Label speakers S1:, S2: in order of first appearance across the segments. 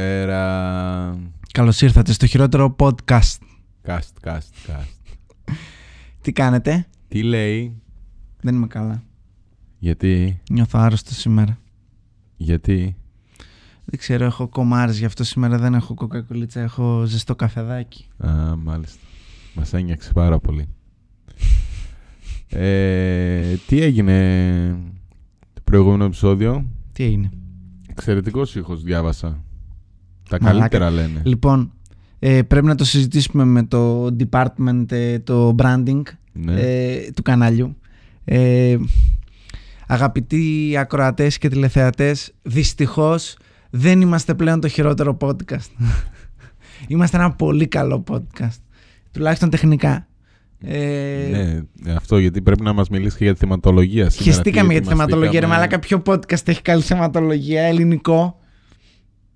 S1: Καλησπέρα.
S2: Καλώς ήρθατε στο χειρότερο podcast.
S1: Καστ, καστ, καστ.
S2: Τι κάνετε,
S1: Τι λέει,
S2: Δεν είμαι καλά.
S1: γιατί,
S2: Νιώθω άρρωστο σήμερα.
S1: γιατί.
S2: Δεν ξέρω, έχω κομμάρες γι' αυτό σήμερα δεν έχω κοκακολίτσα, έχω ζεστό καφεδάκι.
S1: Α, μάλιστα. Μας ένιωξε πάρα πολύ. Ε, τι έγινε το προηγούμενο επεισόδιο.
S2: Τι έγινε.
S1: Εξαιρετικός ήχος διάβασα. Τα
S2: Μαλάκα.
S1: καλύτερα λένε.
S2: Λοιπόν, ε, πρέπει να το συζητήσουμε με το department, ε, το branding
S1: Ναι.
S2: ε, του κανάλιου. Ε, αγαπητοί ακροατές και τηλεθεατές, δυστυχώς δεν είμαστε πλέον το χειρότερο podcast. είμαστε ένα πολύ καλό podcast. Τουλάχιστον τεχνικά. Ε,
S1: ναι, αυτό γιατί πρέπει να μας μιλήσει και για τη θεματολογία σήμερα.
S2: Χεστήκαμε
S1: Τι
S2: για τη
S1: ετοιμαστήκαμε.
S2: θεματολογία, ρε μαλάκα. Ποιο podcast έχει καλή θεματολογία, ελληνικό.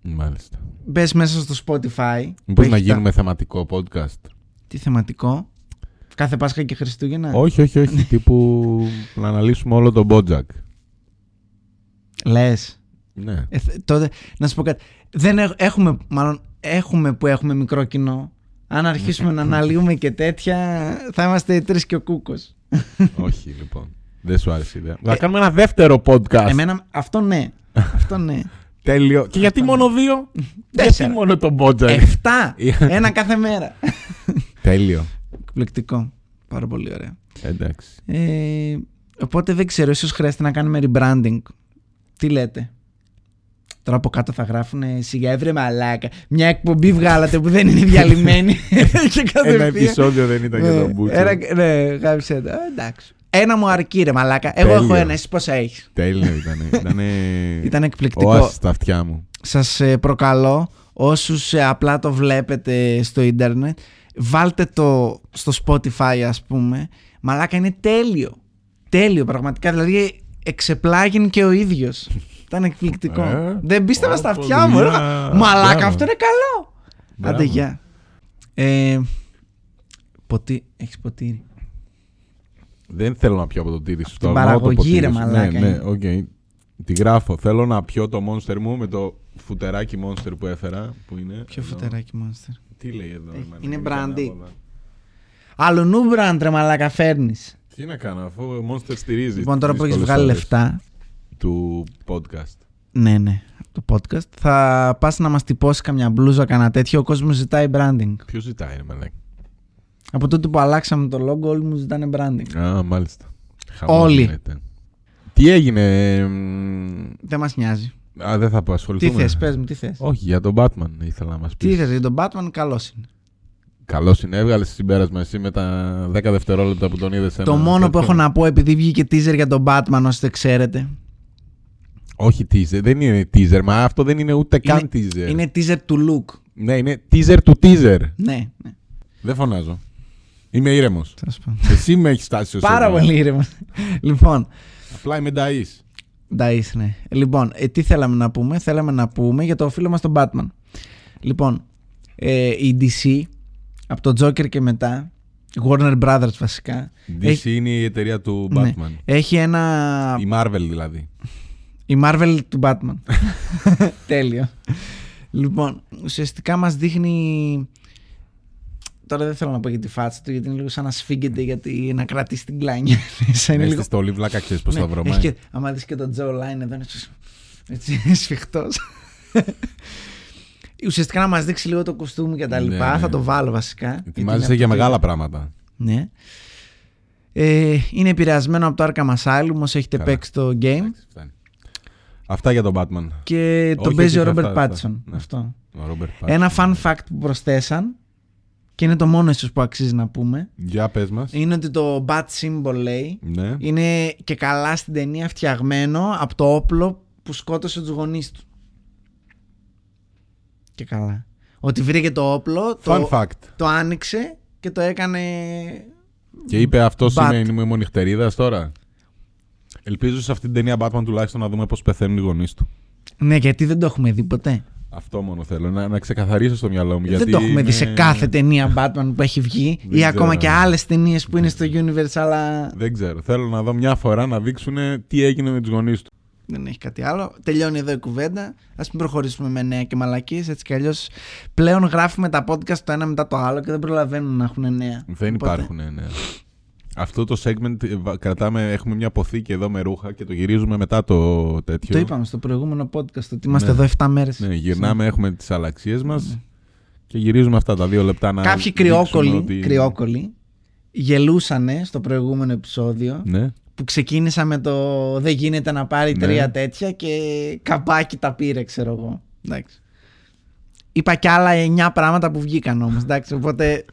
S1: Μάλιστα.
S2: Μπες μέσα στο Spotify. που
S1: Μήπως
S2: έχει
S1: να
S2: τα-
S1: γίνουμε θεματικό podcast.
S2: Τι θεματικό. Κάθε Πάσχα και Χριστούγεννα.
S1: Όχι, όχι,
S2: Ναι.
S1: όχι. τύπου να αναλύσουμε όλο τον Μπότζακ.
S2: Λες.
S1: Ναι.
S2: Ε, τότε, να σου πω κάτι. Δεν έχ- έχουμε, μάλλον έχουμε που έχουμε μικρό κοινό. Αν αρχίσουμε να αναλύουμε και τέτοια, θα είμαστε τρεις και ο κούκος.
S1: όχι, λοιπόν. Δεν σου άρεσε η ιδέα. Θα κάνουμε ένα δεύτερο podcast.
S2: Ε, Εμένα αυτό ναι. Αυτό ναι.
S1: Τέλειο. Και γιατί μόνο δύο. γιατί
S2: Τέσσερα. Ε,
S1: μόνο τον Μπότζακ.
S2: Εφτά! Ένα κάθε μέρα.
S1: Τέλειο.
S2: Εκπληκτικό. Πάρα πολύ ωραίο.
S1: Εντάξει.
S2: Ε, οπότε δεν ξέρω, ίσως χρειάζεται να κάνουμε rebranding. Τι λέτε. Τώρα από κάτω θα γράφουν σιγά έβρε μαλάκα. Μια εκπομπή βγάλατε που δεν είναι διαλυμένη. και κατευθείαν-
S1: Ένα επεισόδιο δεν ήταν για
S2: Ναι,
S1: τον Μπούτσο.
S2: ένα- Ναι, γάμισε το. Ε, Εντάξει. Ένα μου αρκεί ρε μαλάκα. Εγώ
S1: Τέλειο.
S2: έχω ένα, εσύ πόσα έχεις.
S1: Τέλειο ήταν. Ήτανε...
S2: Ήταν εκπληκτικό.
S1: Όαση στα αυτιά μου.
S2: Σας ε, προκαλώ όσους ε, απλά το βλέπετε στο ίντερνετ βάλτε το στο Spotify ας πούμε μαλάκα είναι τέλειο τέλειο πραγματικά δηλαδή εξεπλάγει και ο ίδιος ήταν εκπληκτικό
S1: Ε,
S2: δεν πίστευα στα
S1: όπου,
S2: αυτιά μου ρε.
S1: δουλειά. Μπράβο.
S2: μαλάκα αυτό είναι καλό
S1: Μπράβο.
S2: άντε γεια ε, ποτί, έχεις ποτήρι
S1: Δεν θέλω να πιω από το τύρι σου.
S2: την
S1: το αγνώ το
S2: παραγωγή,
S1: ποτήρι
S2: ρε
S1: σου.
S2: μαλάκα,
S1: Ναι, ναι,
S2: είναι.
S1: οκ. Τη γράφω. Θέλω να πιω το μόνστερ μου με το φουτεράκι μόνστερ που έφερα. Που είναι
S2: ποιο
S1: εδώ.
S2: φουτεράκι μόνστερ
S1: Τι λέει εδώ.
S2: Ε,
S1: εμένα,
S2: είναι
S1: μην
S2: brandy.
S1: κάνω όλα.
S2: άλλο νου brand, ρε μαλάκα φέρνεις
S1: Τι να κάνω, αφού ο Monster στηρίζει.
S2: λοιπόν
S1: τις
S2: τώρα που έχεις
S1: δύσκολες
S2: βγάλει
S1: ώρες
S2: λεφτά
S1: Του podcast.
S2: Ναι, ναι, το podcast. Θα πας να μας τυπώσεις καμιά μπλούζα, κανένα τέτοιο. Ο κόσμος ζητάει branding.
S1: Ποιος ζητάει, ρε μαλάκα.
S2: Από τότε που αλλάξαμε το logo, όλοι μου ζητάνε branding.
S1: Α, μάλιστα. Χαμός
S2: Όλοι.
S1: γίνεται. Τι έγινε. εμ,
S2: Δεν μας νοιάζει.
S1: Α, δεν θα πω,
S2: Τι
S1: ασχοληθούμε.
S2: θες, πες μου, τι θες.
S1: Όχι, για τον Batman ήθελα να μας
S2: Τι
S1: πεις.
S2: θες, για τον Batman, καλός είναι.
S1: Καλός είναι, έβγαλες συμπέρασμα εσύ με τα 10 δευτερόλεπτα που τον είδες.
S2: το μόνο που έχω να πω, επειδή βγήκε teaser για τον Batman, όσοι δεν ξέρετε.
S1: Όχι teaser, δεν είναι teaser, μα αυτό δεν είναι ούτε καν teaser.
S2: είναι teaser του look.
S1: Ναι, είναι teaser του teaser.
S2: Ναι, ναι.
S1: Δεν φωνάζω. Είμαι ήρεμος.
S2: Θα σου πω.
S1: Εσύ με έχεις στάσει ως
S2: Πάρα πολύ ήρεμα. λοιπόν,
S1: Απλά είμαι νταΐς.
S2: Νταΐς, ναι. Λοιπόν, ε, τι θέλαμε να πούμε. Θέλαμε να πούμε για το φίλο μας τον Batman. Λοιπόν, ε, η DC, από τον Joker και μετά, Warner Brothers βασικά,
S1: DC
S2: Έχει-
S1: είναι η εταιρεία του
S2: Ε, ναι,
S1: Batman.
S2: έχει ένα...
S1: Η Marvel δηλαδή.
S2: Η Marvel του Batman. Τέλειο. Λοιπόν, ουσιαστικά μας δείχνει... Τώρα δεν θέλω να πω για τη φάτσα του, γιατί είναι λίγο σαν να σφίγγεται γιατί να κρατήσει την κλάνια. μέσα.
S1: Είναι
S2: είναι
S1: λίγο...
S2: λίγο
S1: στο βλάκα, ξέρεις πώς θα
S2: Ναι,
S1: βρω.
S2: έχει και, άμα δεις και τον Τζο Λάιν εδώ είναι σ- έτσι σφιχτός. Ουσιαστικά να μας δείξει λίγο το κουστούμι και τα
S1: Ναι,
S2: λοιπά.
S1: ναι.
S2: Θα το βάλω βασικά. γιατί είναι
S1: Ετοιμάζεσαι
S2: αυτό
S1: για
S2: το-
S1: μεγάλα πράγματα.
S2: Ναι. Ε, είναι επηρεασμένο από το Arkham Asylum όσοι έχετε
S1: Καλά.
S2: παίξει το game
S1: Εντάξει, φτάνει. Αυτά για τον Batman.
S2: και τον
S1: Όχι,
S2: παίζει ο
S1: όχι,
S2: Robert
S1: αυτά, αυτά.
S2: Pattinson.
S1: Ναι.
S2: Αυτό.
S1: Ο Robert Pattinson.
S2: Ένα fun fact που προσθέσαν και είναι το μόνο ίσως που αξίζει να πούμε
S1: Για πες μας.
S2: είναι ότι το Bat Symbol λέει
S1: Ναι.
S2: είναι και καλά στην ταινία φτιαγμένο από το όπλο που σκότωσε τους γονείς του. Και καλά. Ότι βρήκε το όπλο,
S1: Fun
S2: το,
S1: fact.
S2: το άνοιξε και το έκανε...
S1: Και είπε αυτός
S2: Bat.
S1: είναι είμαι μονιχτερίδα τώρα. Ελπίζω σε αυτήν την ταινία Batman τουλάχιστον να δούμε πώς πεθαίνουν οι γονείς του.
S2: Ναι, γιατί δεν το έχουμε δει ποτέ.
S1: Αυτό μόνο θέλω. Να, να ξεκαθαρίσω στο μυαλό μου. γιατί
S2: Ε, δεν το έχουμε
S1: είναι-
S2: δει σε κάθε ταινία Batman που έχει βγει
S1: Δεν
S2: ή ακόμα
S1: ξέρω. Ναι.
S2: και άλλες ταινίες που είναι στο universe, αλλά...
S1: Δεν ξέρω. Θέλω να δω μια φορά να δείξουν τι έγινε με τους γονείς του.
S2: Δεν έχει κάτι άλλο. Τελειώνει εδώ η κουβέντα. Ας μην προχωρήσουμε με νέα και μαλακίες. Έτσι κι αλλιώς πλέον γράφουμε τα podcast το ένα μετά το άλλο και δεν προλαβαίνουν να έχουν νέα.
S1: Δεν
S2: Οπότε,
S1: υπάρχουν, ναι. Αυτό το segment ε, βα- κρατάμε, έχουμε μια αποθήκη εδώ με ρούχα και το γυρίζουμε μετά το τέτοιο.
S2: Το είπαμε στο προηγούμενο podcast ότι είμαστε
S1: Ναι.
S2: εδώ 7 μέρες.
S1: Ναι, γυρνάμε, έχουμε τις αλλαξίες μας και γυρίζουμε αυτά τα δύο λεπτά να
S2: Ναι. Κάποιοι
S1: δείξουμε
S2: κρυόκολλοι,
S1: ότι-
S2: κρυόκολλοι γελούσανε στο προηγούμενο επεισόδιο
S1: Ναι.
S2: που ξεκίνησα με το δεν γίνεται να πάρει
S1: Ναι.
S2: τρία τέτοια και καπάκι τα πήρε, ξέρω εγώ. Εντάξει. Είπα κι άλλα εννιά πράγματα που βγήκαν όμως, εντάξει, οπότε...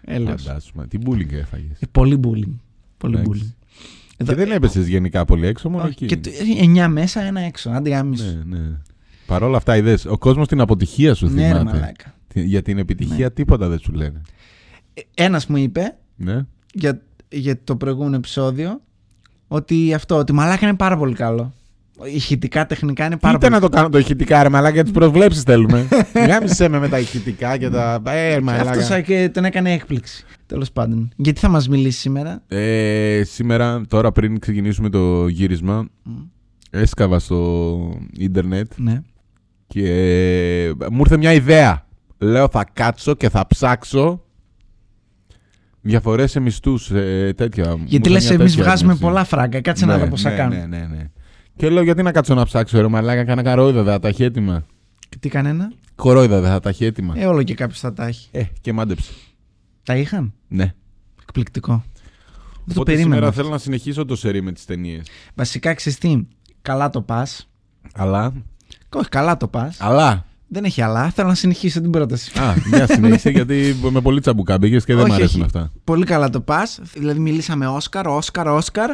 S2: Έλεος.
S1: Φαντάσου, μα, Τι bullying έφαγες.
S2: Ε, πολύ bullying. Πολύ
S1: Εντάξει.
S2: bullying. Εδώ-
S1: Και δεν έπεσες γενικά πολύ έξω, μόνο
S2: όχι,
S1: εκεί.
S2: και το- ε, εννιά μέσα, ένα έξω. Άντε γάμισου.
S1: Ναι, ναι. Παρ' όλα αυτά, είδες. Ο κόσμος την αποτυχία σου
S2: Ναι, ρε
S1: θυμάται.
S2: μαλάκα. Ναι.
S1: Τι- Για την επιτυχία τίποτα δεν σου λένε.
S2: Ε, Ένας μου είπε,
S1: Ναι.
S2: για, για το προηγούμενο επεισόδιο ότι αυτό, ότι μαλάκα είναι πάρα πολύ καλό. Ηχητικά, τεχνικά είναι πάρα
S1: Κοίτα
S2: πολύ
S1: να το κάνω το ηχητικά, ρε μαλάκα, τι προβλέψεις θέλουμε. Γάμισε με με τα ηχητικά και τα. Ε,
S2: καλό. Αυτό
S1: μαλάκα.
S2: σαν και τον έκανε έκπληξη. Τέλος πάντων. Γιατί θα μας μιλήσει σήμερα.
S1: Ε, σήμερα, τώρα πριν ξεκινήσουμε το γύρισμα,
S2: Μμ.
S1: έσκαβα στο ίντερνετ
S2: Ναι.
S1: και ε, μου ήρθε μια ιδέα. Λέω θα κάτσω και θα ψάξω διαφορές σε μισθούς, ε, τέτοια. Μου
S2: Γιατί
S1: ήρθε
S2: λες,
S1: μια
S2: εμείς
S1: τέτοια
S2: βγάζουμε
S1: έμπνευση.
S2: πολλά φράγκα. Κάτσε να
S1: Ναι,
S2: δω πώς θα
S1: ναι,
S2: κάνω.
S1: Ναι, ναι, ναι. Και λέω γιατί να κάτσω να ψάξω ρε μαλάκα, κάνα καρόιδα τα έχει έτοιμα.
S2: Και Τι κανένα.
S1: Κορόιδα θα τα έχει έτοιμα.
S2: Ε, όλο και κάποιος θα τα έχει.
S1: Ε, και μάντεψε.
S2: Τα είχαν.
S1: Ναι.
S2: Εκπληκτικό. Δεν το
S1: Οπότε σήμερα
S2: περίμενα.
S1: θέλω να συνεχίσω το σερί με τις ταινίες.
S2: Βασικά, ξέρεις τι. Καλά το πας.
S1: Αλλά.
S2: Όχι, καλά το πας.
S1: Αλλά.
S2: Δεν έχει αλλά. Θέλω να συνεχίσω την πρόταση.
S1: Α, μια συνέχισε γιατί με πολύ τσαμπουκά μπήκες και δεν
S2: Όχι,
S1: μου αρέσουν
S2: όχι.
S1: αυτά.
S2: Πολύ καλά το πας. Δηλαδή, μιλήσαμε Όσκαρ, Όσκαρ, Όσκαρ.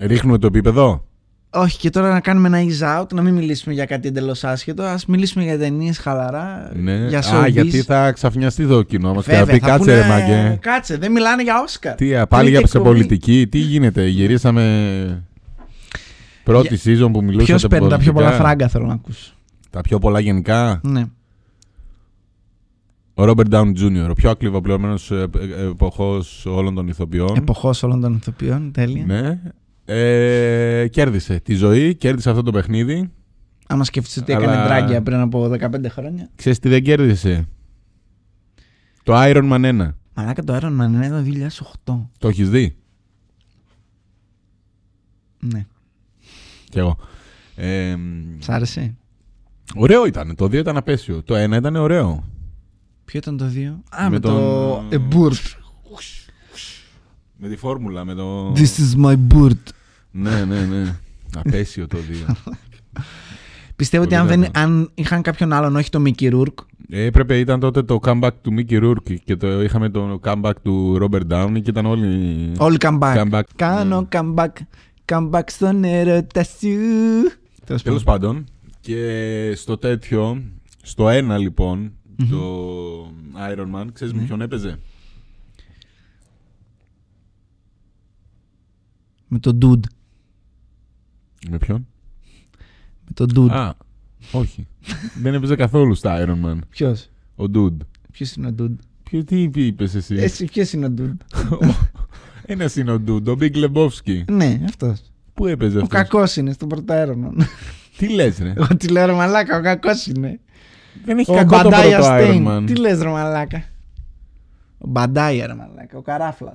S1: Ρίχνουμε το επίπεδο.
S2: Όχι, και τώρα να κάνουμε ένα ease out, να μην μιλήσουμε για κάτι εντελώς άσχετο. Ας μιλήσουμε για ταινίες χαλαρά.
S1: Ναι.
S2: Ε, Για
S1: Α,
S2: showbiz.
S1: γιατί θα ξαφνιαστεί το κοινό μας και
S2: Βέβαια,
S1: θα πει
S2: θα
S1: κάτσε
S2: πούνε,
S1: ρε μάγκε.
S2: Κάτσε, δεν μιλάνε για Όσκαρ.
S1: Τι, α, πάλι
S2: Τρίτη
S1: για σε
S2: εκπομπή.
S1: πολιτική, τι γίνεται, γυρίσαμε. Πρώτη season που μιλούσατε
S2: Ποιος παίρνει τα πιο
S1: πολιτικά.
S2: πολλά
S1: Λοιπόν.
S2: φράγκα, θέλω να ακούσω.
S1: Τα πιο πολλά γενικά.
S2: Ναι.
S1: Ο Ρόμπερτ Ντάουν Τζούνιορ, ο πιο ακριβοπληρωμένο εποχός όλων των ηθοποιών.
S2: Εποχώ όλων των ηθοποιών, τέλεια.
S1: Ναι. Ε, κέρδισε τη ζωή, κέρδισε αυτό το παιχνίδι.
S2: Άμα σκεφτείς ότι
S1: Αλλά-
S2: έκανε τράγκια πριν από 15 χρόνια.
S1: Ξέρεις τι δεν κέρδισε. Το Iron Man 1.
S2: Μαλάκα το Iron Man είναι το 2008.
S1: Το έχεις δει.
S2: Ναι.
S1: Κι εγώ. Ε, μ,
S2: Σ' άρεσε.
S1: ωραίο ήταν. Το 2 ήταν απέσιο. Το 1 ήταν ωραίο.
S2: Ποιο ήταν το 2. Α,
S1: Με
S2: με, το.
S1: τον-
S2: A bird.
S1: Με τη φόρμουλα, με το.
S2: This is my bird.
S1: Ναι, ναι, ναι. Απέσιο το 2.
S2: Πιστεύω ότι
S1: Πολύ
S2: αν, δεν,
S1: καλό.
S2: αν είχαν κάποιον άλλον, όχι το Mickey Rourke,
S1: Ε, Έπρεπε, ήταν τότε το comeback του Mickey Rourke και το, είχαμε το comeback του Robert Downey και ήταν όλοι...
S2: Όλοι comeback.
S1: Comeback. Ναι.
S2: Κάνω comeback. Comeback στον ερώτα σου. Τέλος
S1: Τέλος
S2: πάντων.
S1: πάντων. Και στο τέτοιο, στο ένα λοιπόν,
S2: Μμμ.
S1: το Iron Man, ξέρεις με
S2: Ναι.
S1: ποιον έπαιζε.
S2: Με τον dude.
S1: Με ποιον?
S2: Με τον dude.
S1: Α, όχι. Δεν έπαιζε καθόλου στα Iron Man.
S2: Ποιος.
S1: Ο Dude.
S2: Ποιος είναι ο dude.
S1: Ποιο, τι είπες εσύ.
S2: Εσύ ποιος είναι ο dude.
S1: Ένας είναι ο Dude, ο Big Lebowski.
S2: ναι, αυτός.
S1: Πού έπαιζε
S2: Ο
S1: αυτός?
S2: κακός είναι στον πρωταέρωμα.
S1: Τι λες ρε.
S2: Εγώ τη λέω ρε μαλάκα, ο κακός είναι.
S1: Δεν έχει
S2: Ο
S1: κακό το πρώτο
S2: Μπαντάια
S1: Iron
S2: Στέιν. Τι
S1: Man.
S2: λες ρε μαλάκα. Ο Μπαντάια ρε μαλάκα. Ο καράφλας.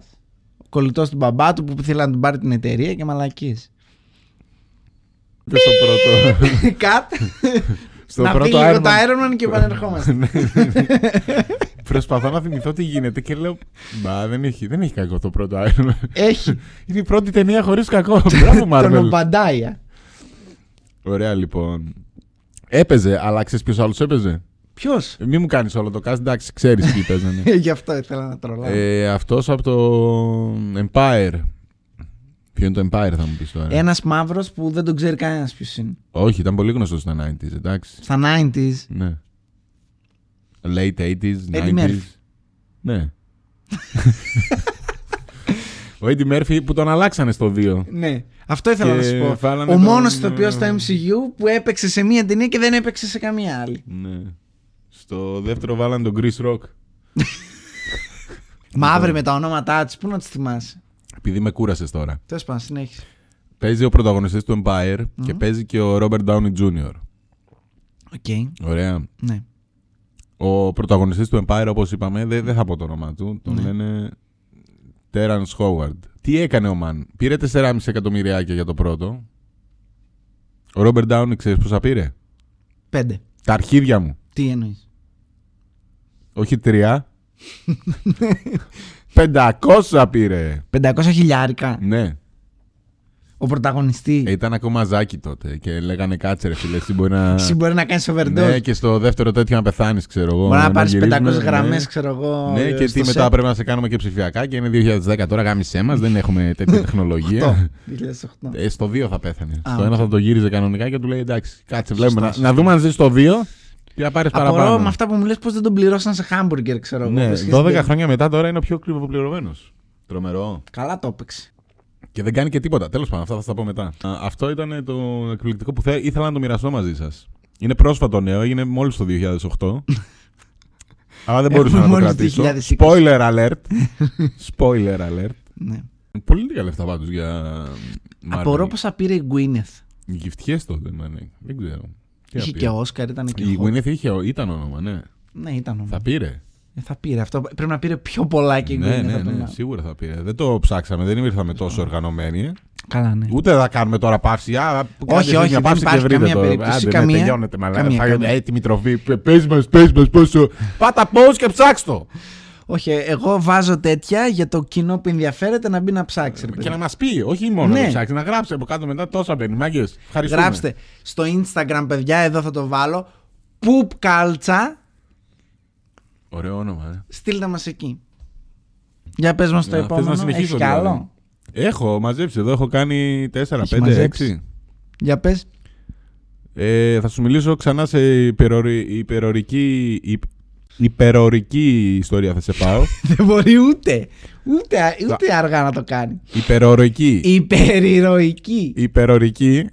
S2: Ο κολλητός του μπαμπά του που θέλει να του πάρει την εταιρεία και μαλακή.
S1: Δεν στο πρώτο.
S2: Κατ.
S1: Στο
S2: Να φύγει
S1: πρώτο
S2: λίγο
S1: Iron
S2: το
S1: Man.
S2: Iron Man και επανερχόμαστε.
S1: Ναι, ναι. Προσπαθώ να θυμηθώ τι γίνεται και λέω. Μπα, δεν έχει, δεν έχει κακό το πρώτο Iron Man.
S2: Έχει.
S1: Είναι η πρώτη ταινία χωρίς κακό. Μπράβο,
S2: Τον
S1: Marvel.
S2: Μπαντάια.
S1: Ωραία, λοιπόν. Έπαιζε, αλλά ξέρεις ποιος άλλος έπαιζε.
S2: Ποιος.
S1: Ε, Μη μου κάνεις όλο το cast, εντάξει, ξέρεις τι παίζανε.
S2: Ε, Γι' αυτό ήθελα να τρολάω.
S1: ε, Αυτός από το Empire. Ποιο είναι το Empire, θα μου πεις τώρα.
S2: Ένας μαύρος που δεν τον ξέρει κανένας ποιος είναι.
S1: Όχι, ήταν πολύ γνωστός στα 90s, εντάξει.
S2: Στα 90s.
S1: Ναι. Late 80s,
S2: Eddie
S1: 90s.
S2: Murphy.
S1: Ναι. ο Eddie Murphy που τον αλλάξανε στο 2.
S2: Ναι. Αυτό ήθελα
S1: Και
S2: να σου πω.
S1: βάλανε
S2: Ο
S1: τον- Ναι.
S2: μόνο ηθοποιό στο MCU που έπαιξε σε μία ταινία και δεν έπαιξε σε καμία άλλη.
S1: Ναι. Στο δεύτερο βάλανε τον Chris Rock. Λοιπόν.
S2: Μαύρη με τα ονόματά της, πού να τη θυμάσαι.
S1: Επειδή με κούρασες τώρα.
S2: Τέλος πάντων, συνέχισε.
S1: Παίζει ο πρωταγωνιστής του Empire και
S2: Μμμ.
S1: παίζει και ο Robert Downey Jr.
S2: Οκ.
S1: Ωραία.
S2: Ναι.
S1: Ο πρωταγωνιστής του Empire, όπως είπαμε, δεν δεν θα πω το όνομά του. Τον
S2: Ναι.
S1: λένε Terrence Howard. Τι έκανε ο Μαν. Πήρε 4,5 εκατομμυριάκια για το πρώτο. Ο Robert Downey, ξέρεις πόσα πήρε.
S2: Πέντε.
S1: Τα αρχίδια μου.
S2: Τι εννοείς.
S1: Όχι τρία. 500 πήρε.
S2: 500 χιλιάρικα.
S1: Ναι.
S2: Ο πρωταγωνιστή.
S1: Ε, ήταν ακόμα ζάκι τότε και λέγανε κάτσε ρε φίλε, εσύ μπορεί να...
S2: Εσύ μπορεί να κάνεις overdose.
S1: ναι, και στο δεύτερο τέτοιο να πεθάνεις, ξέρω εγώ.
S2: μπορεί να πάρει 500
S1: γυρίζουμε, ναι.
S2: γραμμές, ξέρω εγώ.
S1: Ναι, και τι
S2: στο
S1: μετά
S2: σετ.
S1: πρέπει να σε κάνουμε και ψηφιακά και είναι 2010 τώρα, γάμισέ μας, δεν έχουμε τέτοια τεχνολογία.
S2: 2008.
S1: Ε, στο 2 θα πέθανε.
S2: Α,
S1: στο 1
S2: οκ.
S1: θα το γύριζε κανονικά και του λέει εντάξει, κάτσε, βλέπουμε.
S2: Σωστά,
S1: Να, να δούμε αν ζεις στο 2 και να πάρεις
S2: Απορώ με
S1: παραπάνω.
S2: αυτά που μου λες πώς δεν τον πληρώσαν σε χάμπουργκερ, ξέρω εγώ.
S1: Ναι,
S2: Πώς είχε
S1: 12
S2: συμβεί.
S1: χρόνια μετά τώρα είναι ο πιο κρυβοπληρωμένο. Τρομερό.
S2: Καλά το έπαιξε.
S1: Και δεν κάνει και τίποτα. Τέλος πάντων, αυτά θα τα πω μετά. Α, αυτό ήταν το εκπληκτικό που θε- ήθελα να το μοιραστώ μαζί σας. Είναι πρόσφατο νέο, έγινε μόλις το 2008. Αλλά δεν μπορούσα να
S2: Έχουμε
S1: το
S2: μόλις
S1: κρατήσω.
S2: 2020.
S1: Spoiler alert. Spoiler alert.
S2: Ναι.
S1: Πολύ λίγα λεφτά πάντως για.
S2: Απορώ πόσα πήρε η Γκουίνεθ.
S1: Γυφτιές τότε, μάνε. Δεν ξέρω. Τι να
S2: Είχε
S1: πει.
S2: και Όσκαρ, ήταν και.
S1: Η
S2: Χο-
S1: Γουίνεθ είχε, ήταν όνομα, ναι.
S2: Ναι, ήταν όμω.
S1: Θα πήρε.
S2: Ε, θα πήρε αυτό. Πρέπει να πήρε πιο πολλά και η
S1: ναι,
S2: Γκουίνεθ.
S1: ναι,
S2: από τον
S1: ναι,
S2: άλλο.
S1: σίγουρα θα πήρε. Δεν το ψάξαμε, δεν ήρθαμε τόσο οργανωμένοι. ε.
S2: Καλά, ναι.
S1: Ούτε θα κάνουμε τώρα παύση. Α, κάντε εσείς
S2: όχι,
S1: μια
S2: δεν
S1: παύση
S2: υπάρχει
S1: και βρείτε
S2: καμία
S1: το.
S2: περίπτωση,
S1: Άντε,
S2: καμία.
S1: Ναι, τελειώνετε μαλάκα.
S2: Καμία,
S1: Φάγατε
S2: καμία.
S1: έτοιμη τροφή. Πε- Πες μας, πες μας πόσο. Πάτα πώς και ψάξτο.
S2: Όχι, ε, εγώ βάζω τέτοια για το κοινό που ενδιαφέρεται να μπει να ψάξει.
S1: Ε,
S2: ρε
S1: Και
S2: παιδί.
S1: να μας πει, όχι μόνο
S2: Ναι.
S1: να ψάξει, να γράψει από κάτω μετά τόσα μπαίνει. Μάγκες, ευχαριστούμε.
S2: Γράψτε στο Instagram, παιδιά, εδώ θα το βάλω. Πουπ κάλτσα,
S1: Ωραίο όνομα, ε.
S2: στείλτε μας εκεί. Για πες μας το
S1: Να, θες
S2: επόμενο.
S1: να συνεχίσω,
S2: Έχεις κι
S1: δηλαδή.
S2: άλλο.
S1: Έχω μαζέψει εδώ, έχω κάνει 4,
S2: Έχει
S1: 5, 6.
S2: μαζέψει. Για πες.
S1: Ε, θα σου μιλήσω ξανά σε υπερορι- υπερορική, υ- υπερορική ιστορία θα σε πάω.
S2: Δεν μπορεί ούτε. Ούτε, ούτε αργά να το κάνει.
S1: υπερορική.
S2: Υπερηρωική.
S1: υπερορική.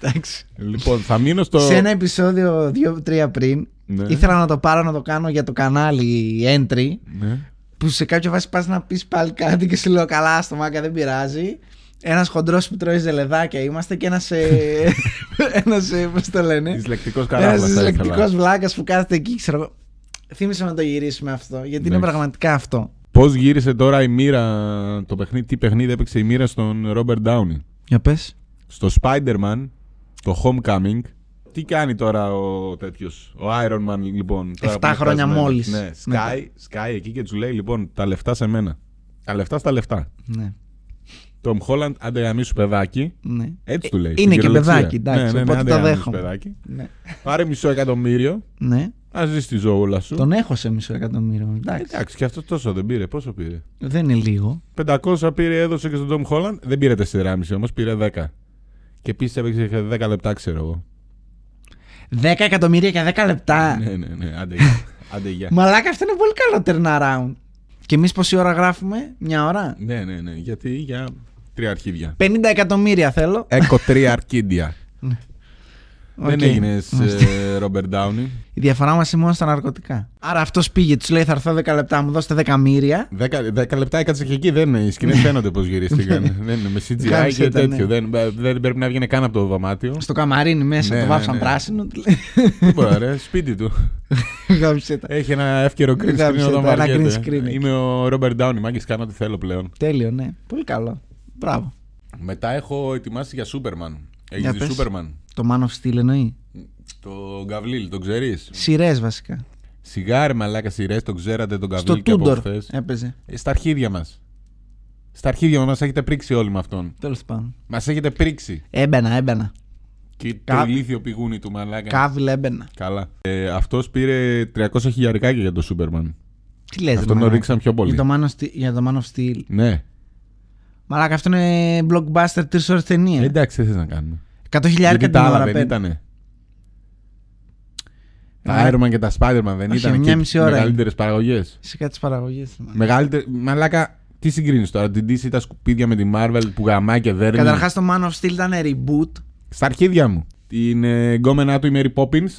S2: Εντάξει.
S1: λοιπόν, θα μείνω στο...
S2: Σε ένα επεισόδιο 2-3 πριν,
S1: Ναι.
S2: ήθελα να το πάρω να το κάνω για το κανάλι Entry.
S1: Ναι.
S2: που σε κάποια φάση πας να πεις πάλι κάτι και σου λέω καλά στο μάκα δεν πειράζει ένας χοντρός που τρώει ζελεδάκια είμαστε και ένας ε, ένας ε, πώς το λένε
S1: Δυσλεκτικός
S2: ένας
S1: καράβλας θα ήθελα.
S2: δυσλεκτικός βλάκας που κάθεται εκεί ξέρω εγώ θύμισε να το γυρίσουμε αυτό γιατί είναι
S1: Εντάξει.
S2: πραγματικά αυτό
S1: Πώς γύρισε τώρα η μοίρα, το παιχνίδι, τι παιχνίδι έπαιξε η μοίρα στον Robert Downey.
S2: για πες
S1: Στο Spider-Man, το Homecoming, τι κάνει τώρα ο τέτοιος, ο Iron Man λοιπόν. τώρα
S2: Εφτά
S1: που είναι
S2: χρόνια
S1: φτασμένος.
S2: μόλις.
S1: Ναι,
S2: Μετά.
S1: σκάει, σκάει εκεί και τους λέει λοιπόν τα λεφτά σε μένα. Τα λεφτά στα λεφτά.
S2: ναι,
S1: Τόμ Χόλαντ, άντε γαμίσου παιδάκι.
S2: ναι.
S1: Έτσι του λέει.
S2: είναι
S1: στην
S2: και
S1: κυριολεξία. Ναι,
S2: παιδάκι, εντάξει, οπότε
S1: άντε
S2: το
S1: γαμίσου
S2: δέχομαι.
S1: παιδάκι.
S2: ναι.
S1: Πάρε μισό εκατομμύριο,
S2: ναι.
S1: να ζεις τη ζωούλα σου.
S2: τον έχω σε μισό εκατομμύριο εντάξει.
S1: Εντάξει, και αυτό τόσο δεν πήρε. Πόσο πήρε.
S2: δεν είναι λίγο
S1: 500 πήρε, έδωσε και στον Τόμ Χόλαντ. Δεν πήρε 4,5 όμως, πήρε 10. Και επίση έπαιξε 10 λεπτά, ξέρω εγώ.
S2: 10 εκατομμύρια για 10 λεπτά
S1: Ναι, ναι, ναι, άντε γεια. Άντε γεια.
S2: μαλάκα αυτό είναι πολύ καλό turnaround και εμείς πόση ώρα γράφουμε μια ώρα
S1: Ναι, ναι, ναι, γιατί για τρία αρχίδια.
S2: 50 εκατομμύρια θέλω
S1: Έκο τρία αρκίδια. Ε, Δεν
S2: Οκ.
S1: έγινες Ρόμπερ Ντάουνι.
S2: Η διαφορά μας είναι μόνο στα ναρκωτικά. Άρα αυτός πήγε, τους λέει: Θα έρθω 10 λεπτά, μου δώσετε 10 μύρια.
S1: Δέκα, δέκα λεπτά έκατσε και εκεί. Δεν, οι σκηνές φαίνονται πώς γυρίστηκαν. δεν είναι με CGI
S2: Κάμισε
S1: και
S2: τα, ναι.
S1: τέτοιο. δεν, δεν πρέπει να βγαίνει καν από το δωμάτιο.
S2: Στο καμαρίνι μέσα,
S1: Ναι,
S2: το
S1: ναι,
S2: βάψαν
S1: ναι.
S2: πράσινο.
S1: Τίποτα, ρε, σπίτι του.
S2: Γάμισε τα.
S1: Έχει ένα εύκαιρο green screen
S2: Γάμισε
S1: όταν
S2: το, ένα
S1: βαριέται.
S2: green screen.
S1: Είμαι ο Ρόμπερ Ντάουνι, μάγκες, κάνω ό,τι θέλω πλέον.
S2: Τέλειο, ναι. Πολύ καλό. Μπράβο.
S1: Μετά έχω ετοιμάσει για Σούπερμαν. Έχει
S2: Για
S1: δει
S2: πες.
S1: Σούπερμαν.
S2: Το Man of Steel εννοεί.
S1: Το Γκαβλίλ, τον ξέρεις.
S2: Σειρές βασικά.
S1: Σιγάρι μαλάκα σειρές, τον ξέρατε τον Γκαβλίλ
S2: Στο
S1: και από
S2: Τούντορ
S1: χθες.
S2: έπαιζε.
S1: Ε, Στα αρχίδια μας. Στα αρχίδια μας έχετε πρίξει όλοι με αυτόν.
S2: Τέλος πάντων.
S1: Μας έχετε πρίξει.
S2: Έμπαινα, έμπαινα.
S1: Και
S2: Κα-
S1: το ηλίθιο πηγούνι του μαλάκα.
S2: Κάβιλ έμπαινα.
S1: Καλά. Ε, Αυτός πήρε 300 χιλιαρικάκια για το Σούπερμαν.
S2: Τι λες,
S1: Αυτόν τον ρίξαν πιο πολύ.
S2: Για το Man of Steel. Για το Man of Steel.
S1: Ναι.
S2: Μαλάκα, αυτό είναι blockbuster τρεις ώρες
S1: Ε,
S2: ταινία.
S1: εντάξει, δεν θες να κάνουμε.
S2: 100 χιλιάρικα
S1: Γιατί
S2: την
S1: τα άλλα
S2: ώρα
S1: δεν
S2: παίρνει.
S1: ήτανε.
S2: Ε,
S1: Τα Iron Man και τα Spider-Man δεν
S2: Όχι,
S1: ήταν
S2: μια
S1: και
S2: μισή ώρα
S1: μεγαλύτερες παραγωγές.
S2: Φυσικά τις παραγωγές.
S1: Μεγαλύτερη. Μαλάκα, τι συγκρίνεις τώρα. Την DC τα σκουπίδια με τη Marvel που γαμάει και δέρνει.
S2: Καταρχάς το Man of Steel ήταν reboot.
S1: Στα αρχίδια μου. Την ε, γκόμενά του η Mary Poppins.